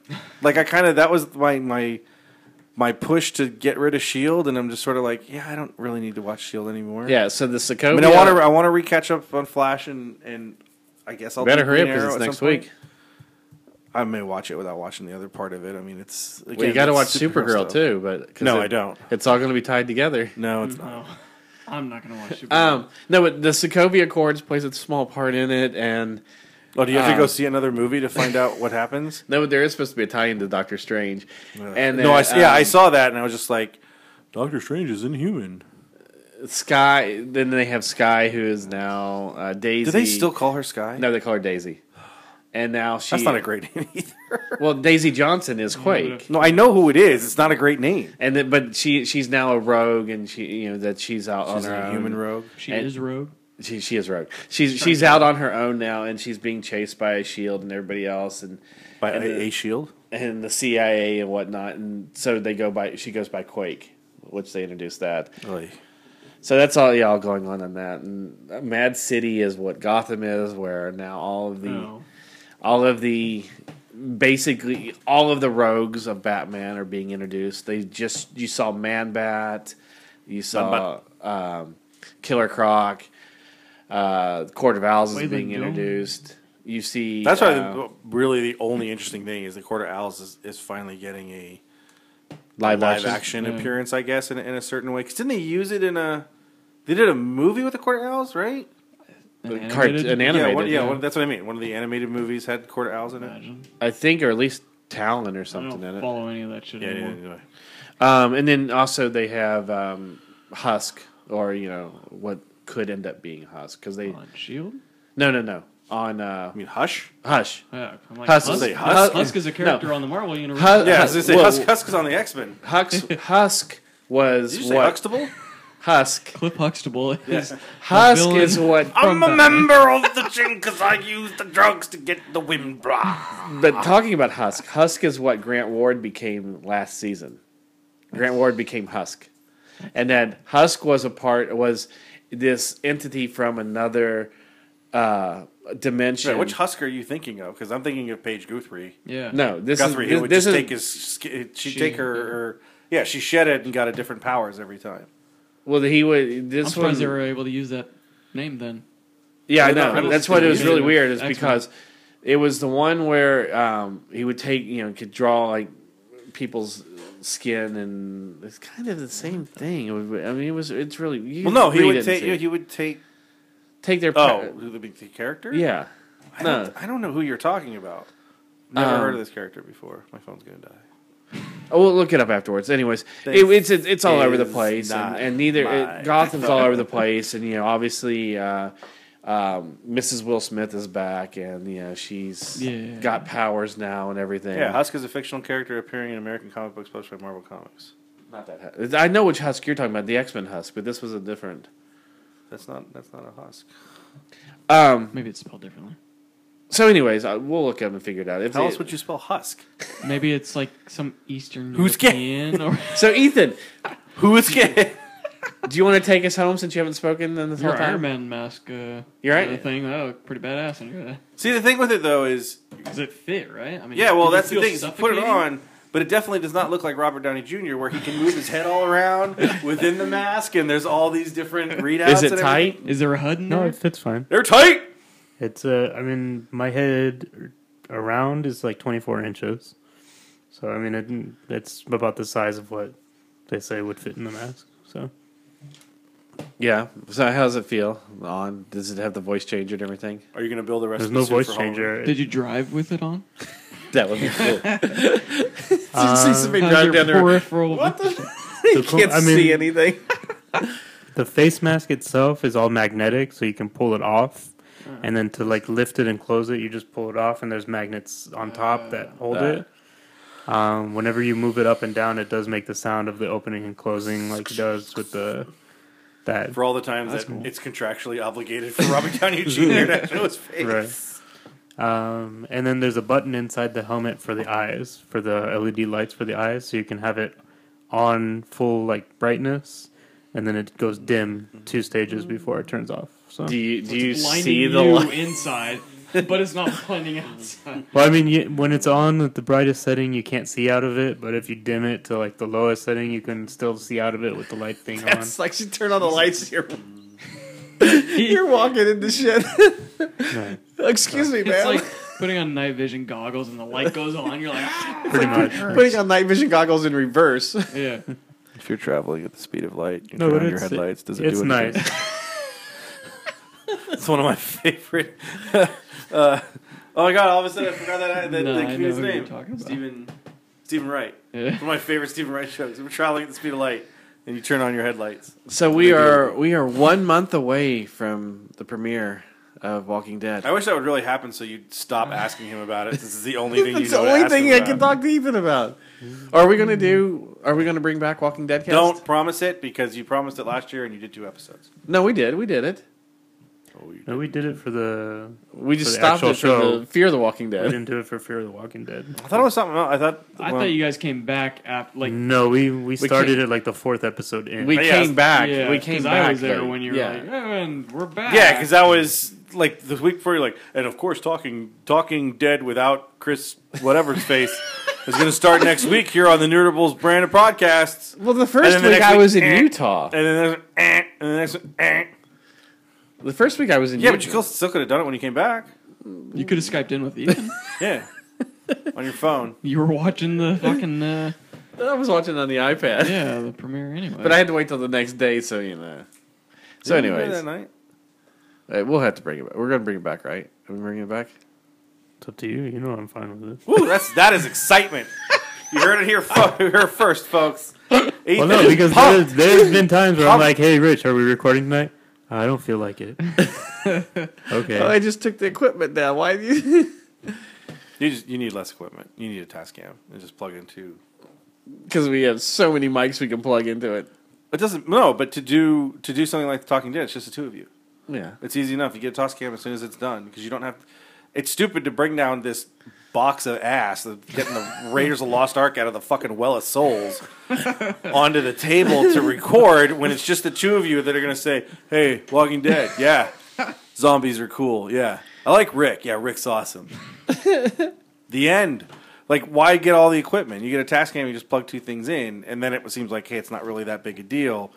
Like I kind of that was my my. My push to get rid of Shield, E and I'm just sort of like, yeah, I don't really need to watch Shield anymore.
Yeah. So the Sokovia.
I mean, I want to I want to recatch up on Flash and and I guess I'll
better
do
hurry up
Green
because
Arrow
it's
at
next
some point.
week.
I may watch it without watching the other part of it. I mean, it's again,
Well, you got to watch
it's
Supergirl
stuff.
too, but 'cause
No,
it-
I don't.
It's all going to be tied together.
No, it's
no,
not.
I'm not gonna watch it.
Um, no, but the Sokovia Accords plays a small part in it, and
Oh, do you have to go
Um,
see another movie to find out what happens?
no, there is supposed to be a tie into Doctor Strange, and
no, I,
then,
yeah, I
um,
saw that and I was just like, Doctor Strange is inhuman.
Sky. Then they have Sky, who is now uh, Daisy.
Do they still call her Sky?
No, they call her Daisy, and now she.
that's not a great name either.
Well, Daisy Johnson is Quake.
No, I know who it is. It's not a great name.
and then, but she she's now a rogue, and she you know that she's out
She's
on her
a
own.
human rogue.
she
and-
is rogue.
She she is rogue. She's she's out on her own now, and she's being chased by a shield and everybody else, and
By
and
a,
the,
a shield.
and the CIA and whatnot. And so they go by. She goes by Quake, which they introduced that.
Really.
So that's all yeah all going on in that. And Mad City is what Gotham is, where now all of the
Oh.
No,
all of the basically all of the rogues of Batman are being introduced. They just you saw Man Bat, you saw um, Killer Croc, uh, Court of Owls is
Wait,
being
they don't?
introduced. You see,
That's why
uh,
the- really the only interesting thing is the Quarter Owls is, is finally getting a
live,
live
action.
action
Yeah.
appearance, I guess, in, in a certain way. Because didn't they use it in a? They did a movie with the quarter owls, right?
an
cart-
animated-
an anim-
yeah, one,
Animated,
yeah,
yeah.
One, that's what I mean. One of the animated movies had quarter owls in it.
Imagine.
I think, or at least Talon or
I
something in
don't
it.
follow any of that shit
Yeah,
anymore.
anyway.
Um, and then also they have um, Husk, or you know what could end up being Husk, because they
On Shield?
no no no on uh,
I mean, Hush.
Hush.
Yeah, I'm like,
Husk-
Husk,
say
Husk,
Husk?
is a character on the Marvel universe.
Husk-
Yeah, I was gonna say
Uh, Whoa.
Husk. Husk's on the X Men.
Husk Husk was
Did you say
what
Huxtable?
Husk
Cliff Huxtable is
Husk
villain.
is what,
from Batman.
member of the gym because I use the drugs to get the wind block.
but talking about Husk, Husk is what Grant Ward became last season. Grant Ward became Husk, and then Husk was a part was this entity from another uh, dimension.
which Husk are you thinking of? Because I'm thinking of Paige Guthrie.
Yeah.
no, this
Guthrie,
is
who would
this,
just
is
take his. sk- She'd
She-
take her, her. Yeah, she shed it and got a different powers every time.
well he would
I'm
this
surprised
one
they were able to use that name then.
Yeah, I
They're not
know.
riddles
That's
to
what it
the
was really
X-Men.
weird is
X-Men.
because it was the one where um, he would take, you know, could draw like people's skin and it's kind of the same thing. It would, I mean, it was it's really you
Well, no, he
read it
would
and
take.
see.
He would take.
take their
Oh,
oh
who the big the character?
yeah.
I don't,
no.
I don't know who you're talking about. Never
Um,
heard of this character before. My phone's gonna die.
Oh, we'll look it up afterwards. Anyways,
This
it, it's it's it's all over the
is
place, and,
not
and neither
my
it, Gotham's all over the place, and you know, obviously, uh, um, Mrs. Will Smith is back, and you know, she's
Yeah.
got powers now and everything.
Yeah, Husk is a fictional character appearing in American comic books published by Marvel Comics.
Not that husk. I know which husk you're talking about, the X Men husk, but this was a different.
That's not. That's not a Husk.
Um.
Maybe it's spelled differently.
So, anyways, I, we'll look up and figure it out. If
How
they-
else would you spell Husk?
Maybe it's like some Eastern
Who's gay?
European or
So, Ethan,
Who's gay?
do you want to take us home since you haven't spoken in this whole
your
time?
Iron Man mask. Uh,
You're right.
other Thing that looked pretty badass on you.
See, the thing with it though is,
Does it fit right? I mean,
yeah, well,
does it
that's the
feel
thing. is You put it
suffocating?
on, but it definitely does not look like Robert Downey Jr., where he can move his head all around within the mask, and there's all these different readouts.
Is it
and everything.
tight?
Is there a HUD in
No,
there?
it fits fine.
They're tight.
It's uh, I mean, my head around is like 24 inches, so I mean, it, it's about the size of what they say would fit in the mask. So
Yeah. So, how does it feel? On? Does it have the voice changer and everything?
Are you gonna build the rest?
there's
of the
no
suit
voice
for Halloween?
changer.
Did you drive with it on?
That would be cool.
Um,
somebody
How's
drive
your
down there.
peripheral?
the cool-
Can't
I mean,
see anything.
the face mask itself is all magnetic, so you can pull it off. And then to like lift it and close it, you just pull it off, and there's magnets on top that hold
that.
it. Um, whenever you move it up and down, it does make the sound of the opening and closing, like it does with the that
For all the times that it's contractually obligated for Robert Downey Jr. to show his face.
right. Um, and then there's a button inside the helmet for the eyes, for the LED lights for the eyes, so you can have it on full like brightness, and then it goes dim two stages before it turns off. So,
Do you do you
It's blinding
see the
you
light?
inside, but it's not blinding outside.
well, I mean, you, when it's on with the brightest setting, you can't see out of it, but if you dim it to like the lowest setting, you can still see out of it with the light thing on.
It's like she turned on the lights. and You're you're walking into shit.
Right.
Excuse me,
It's
man.
like putting on night vision goggles and the light goes on. You're like, "Ah."
Pretty much.
Putting on night vision goggles in reverse.
yeah.
If you're traveling at the speed of light, you
No, but it's, it's nice.
It's one of my favorite. uh, oh my god! All of a sudden, I forgot that I, that,
No,
the
I know
comedian's
who you're
name.
talking about.
Stephen. Stephen Wright.
Yeah.
One of my favorite Stephen Wright shows. We're traveling at the speed of light, and you turn on your headlights.
So we are we are one month away from the premiere of Walking Dead.
I wish that would really happen, so you'd stop asking him about it. This is the only thing you
That's
know
the
to
only
ask
thing
him
I can
about.
talk to Ethan about. Are we gonna do? Are we gonna bring back Walking Dead? Cast?
Don't promise it because you promised it last year and you did two episodes.
No, we did. We did it.
Oh, you
No, we did it for the.
We just
For the
stopped
actual
it for
show.
the Fear of the Walking
We
Dead.
didn't do it for Fear of the Walking Dead.
I thought it was something else. I thought.
I
well,
thought you guys came back after like.
Mm.
No, we we started
can't-
at like the fourth episode in.
We
Yeah.
came back.
Yeah,
we came
'cause
back.
I was there
though.
when you were like, "Oh, and we're back.
Yeah, because that was like the week before. You're like, and of course, talking Talking Dead without Chris whatever's face is going to start next week here on the Nerdables brand of podcasts.
well, the
And
first
then the
week
next
I was in
eh,
Utah.
and then there's an eh, and the next one. Eh.
The first week I was in
Yeah,
Utah.
but you still- still could have done it when you came back.
you could have skyped in with Ethan.
Yeah, on your phone.
you were watching the fucking uh,
I was watching on the iPad.
yeah the premiere anyway.
But I had to wait till the next day, so you know. So,
Didn't you do that
anyways,
night?
uh, we'll have to bring it back. We're gonna bring it back, right? Are we bringing it back?
To up to you. You know I'm fine with it.
Woo, that's that is excitement. You heard it here, fo- here first, folks.
Well,
Ethan
no,
is
because
pumped.
there's, there's been times where I'm
Pumped.
like, "Hey, Rich, are we recording tonight?" I don't feel like it. okay.
Oh, I just took the equipment down. Why do you?
you, just, you need less equipment. You need a task cam and just plug into.
Because we have so many mics we can plug into it.
It doesn't no, but to do to do something like the Talking Dead, it's just the two of you.
Yeah.
It's easy enough. You get a toss cam as soon as it's done because you don't have. It's stupid to bring down this box of ass of getting the Raiders of the Lost Ark out of the fucking well of souls onto the table to record when it's just the two of you that are gonna say, "Hey, Walking Dead, yeah, zombies are cool, yeah, I like Rick, yeah, Rick's awesome." the end. Like, why get all the equipment? You get a task cam, you just plug two things in, and then it seems like, hey, it's not really that big a deal.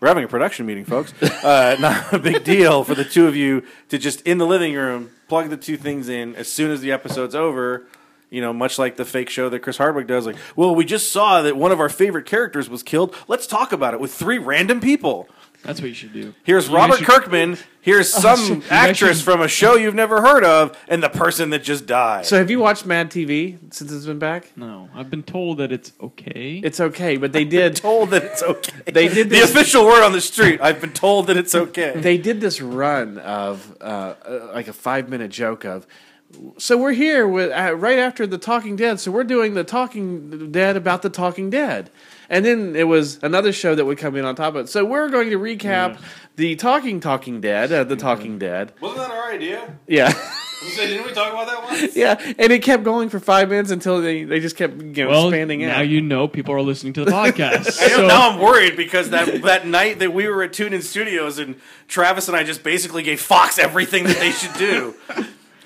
We're having a production meeting, folks. Uh, not a big deal for the two of you to just in the living room plug the two things in as soon as the episode's over. You know, much like the fake show that Chris Hardwick does, like, well, we just saw that one of our favorite characters was killed. Let's talk about it with three random people.
That's what you should do.
Here's
You
Robert
guys should-
Kirkman. Here's
Oh,
some
shit. You guys
actress
should-
from a show you've never heard of, and the person that just died.
So have you watched Mad TV since it's been back?
No, I've been told that it's okay.
It's okay, but they did
told that it's okay.
They did
the
this-
official word on the street. I've been told that it's okay.
they did this run of uh, uh, like a five minute joke of so we're here with, uh, right after the talking dead so we're doing the talking dead about the talking dead and then it was another show that would come in on top of it so we're going to recap the talking talking dead uh, the talking dead
Wasn't that our idea?
yeah
Didn't we talk about that one?
yeah and it kept going for five minutes until they, they just kept you know,
well,
expanding out
now you know people are listening to the podcast.
I know,
so
now I'm worried because that, that night that we were at Tune In Studios and Travis and I just basically gave Fox everything that they should do.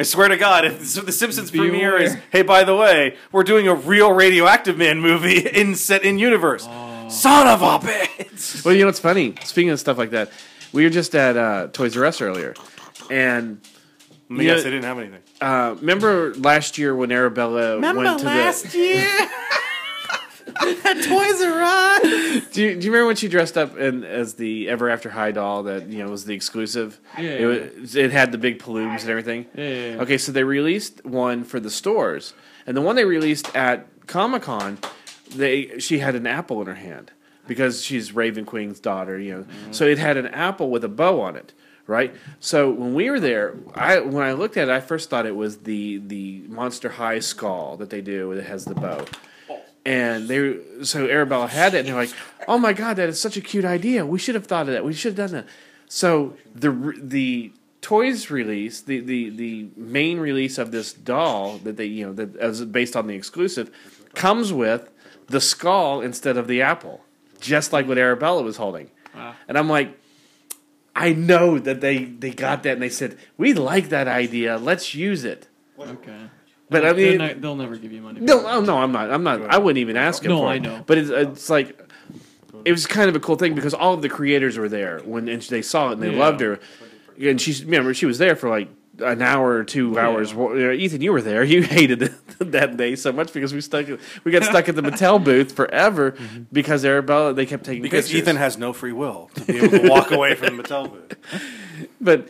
I swear to God, if so the Simpsons
Be
premiere
aware.
is, hey, by the way, we're doing a real Radioactive Man movie in set in universe.
Oh.
Son of a bitch!
Well, you know what's funny? Speaking of stuff like that, we were just at uh, Toys R Us earlier, and
Yes,
Yeah.
they didn't have anything.
uh, remember last year when Arabella went to the.
year at Toys R Us?
Do you, do you remember when she dressed up in, as the Ever After High doll that you know was the exclusive?
Yeah.
It, was, it had the big plumes and everything.
Yeah, yeah, yeah.
Okay, so they released one for the stores, and the one they released at Comic Con, they she had an apple in her hand because she's Raven Queen's daughter, you know.
Mm-hmm.
So it had an apple with a bow on it, right? So when we were there, I when I looked at it, I first thought it was the the Monster High skull that they do that has the bow. And they so Arabella had it, and they're like, "Oh my god, that is such a cute idea. We should have thought of that. We should have done that." So the re- the toys release, the the the main release of this doll that they you know that as based on the exclusive, comes with the skull instead of the apple, just like what Arabella was holding. And I'm like, I know that they they got that, and they said we like that idea. Let's use it.
okay.
But I
They're
mean,
not- they'll never give you money.
no, oh, no, I'm not. I'm not. I wouldn't even ask him.
No,
for
I
it.
know.
But it's, it's like it was kind of a cool thing because all of the creators were there when and they saw it and they
Yeah.
loved her. And she's remember she was there for like an hour or two hours. Well, you know, Ethan, you were there. You hated it that day so much because we stuck. We got stuck at the Mattel booth forever
Mm-hmm.
because Arabella. They kept taking
Because
pictures.
Ethan has no free will to be able to walk away from the Mattel booth.
but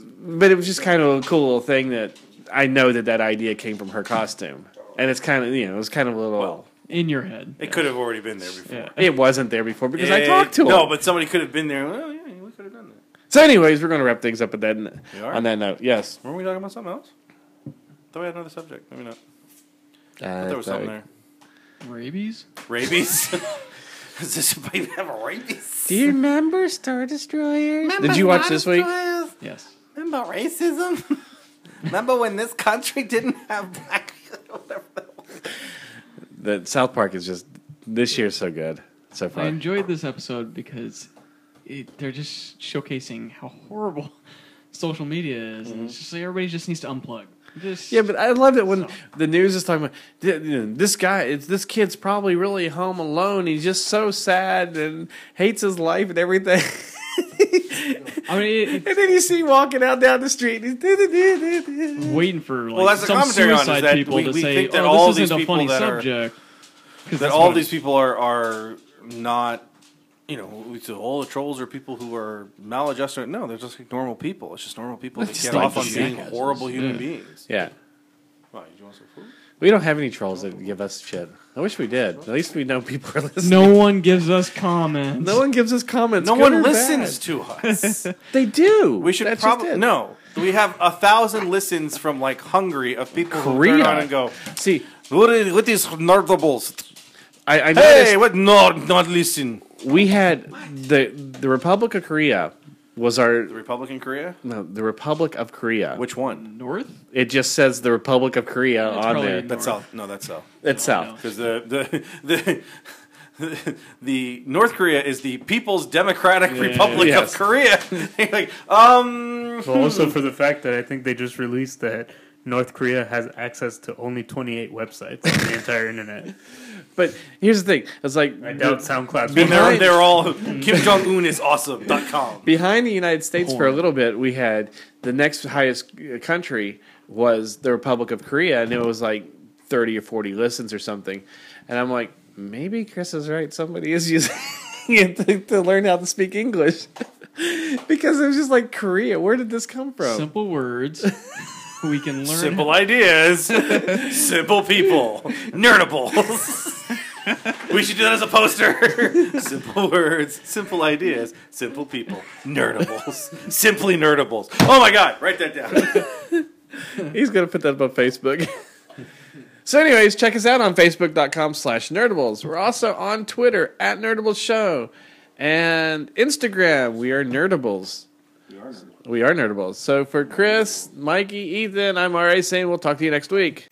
but it was just kind of a cool little thing that I know that that idea came from her costume, and it's kind of you know it was kind of a little.
Well,
in your head.
It could have already been there before.
Yeah.
it wasn't there before because I
Eh,
talked to him.
No, but somebody could have been there. Well, yeah, we could have done that.
So, anyways, we're going to wrap things up at that,
are?
on that note. Yes.
Weren't we talking about something else? Thought we had another subject. Maybe not. Thought there was something there.
Rabies?
Rabies. Does this baby have a rabies?
Do you remember Star Destroyer? Did you watch this week?
Yes.
Remember racism? remember when this country didn't have black?
The South Park is just this year's so good so
I
far.
enjoyed this episode because it, they're just showcasing how horrible social media is, and
Mm-hmm.
it's just like everybody just needs to unplug. Just
yeah, but I love it when the news is talking about "Th- you know, this guy. It's, this kid's probably really home alone. He's just so sad and hates his life and everything.
I mean, it,
and then you see walking out down the street. And he's
it's waiting for like
Well, that's the
some
commentary on it, is
suicide
that
people
we-
to
we
say,
think that
"Oh,
all
this
these
isn't a
people
funny
that are-
subject." 'Cause
That
that's
all
what it
these
is.
people are are not. You know, we say all the trolls are people who are maladjusted. No, they're just like normal people. It's just normal people that
Just
get
like
off on being
jackasses.
horrible human
Yeah.
beings.
yeah.
Why? Did you want some food?
We don't have any trolls that give us shit. I wish we did. At least we know people are listening.
No one gives us comments.
No one gives us comments.
No
good or
one
bad.
listens to us.
They do.
We should
That's just
probably
it.
no. We have a thousand listens from like Hungary of people who
Korea.
turn on and go,
See,
"What is what is Nordables?
I, I noticed
Hey, what not not listen?"
we had the the Republic of Korea was our
The Republican Korea.
no, the Republic of Korea.
Which one?
North?
It just says the Republic of Korea
That's
on
probably-
there.
That's South. No, that's South.
It's south.
Because the the the. The North Korea is the People's Democratic Republic
yes.
of Korea. like, um,
Well, also for the fact that I think they just released that North Korea has access to only 28 websites on the entire internet.
But here's the thing: it's like
I doubt SoundCloud's one.
and they're, they're all Kim Jong Un is awesome.com.
behind the United States for a little bit, we had the next highest uh, country was the Republic of Korea, and it was like thirty or forty listens or something. And I'm like, maybe Chris is right. Somebody is using it to, to learn how to speak English because it was just like Korea. Where did this come from?
Simple words. we can learn.
Simple ideas, simple people, nerdables. we should do that as a poster. simple words, simple ideas, simple people, nerdables, simply nerdables. Oh my god, write that down.
He's gonna put that up on Facebook. so, anyways, check us out on Facebook.com slash nerdables. We're also on Twitter at Nerdables Show and Instagram, we are nerdables. We are nerdables. So for Chris, Mikey, Ethan, I'm RA saying we'll talk to you next week.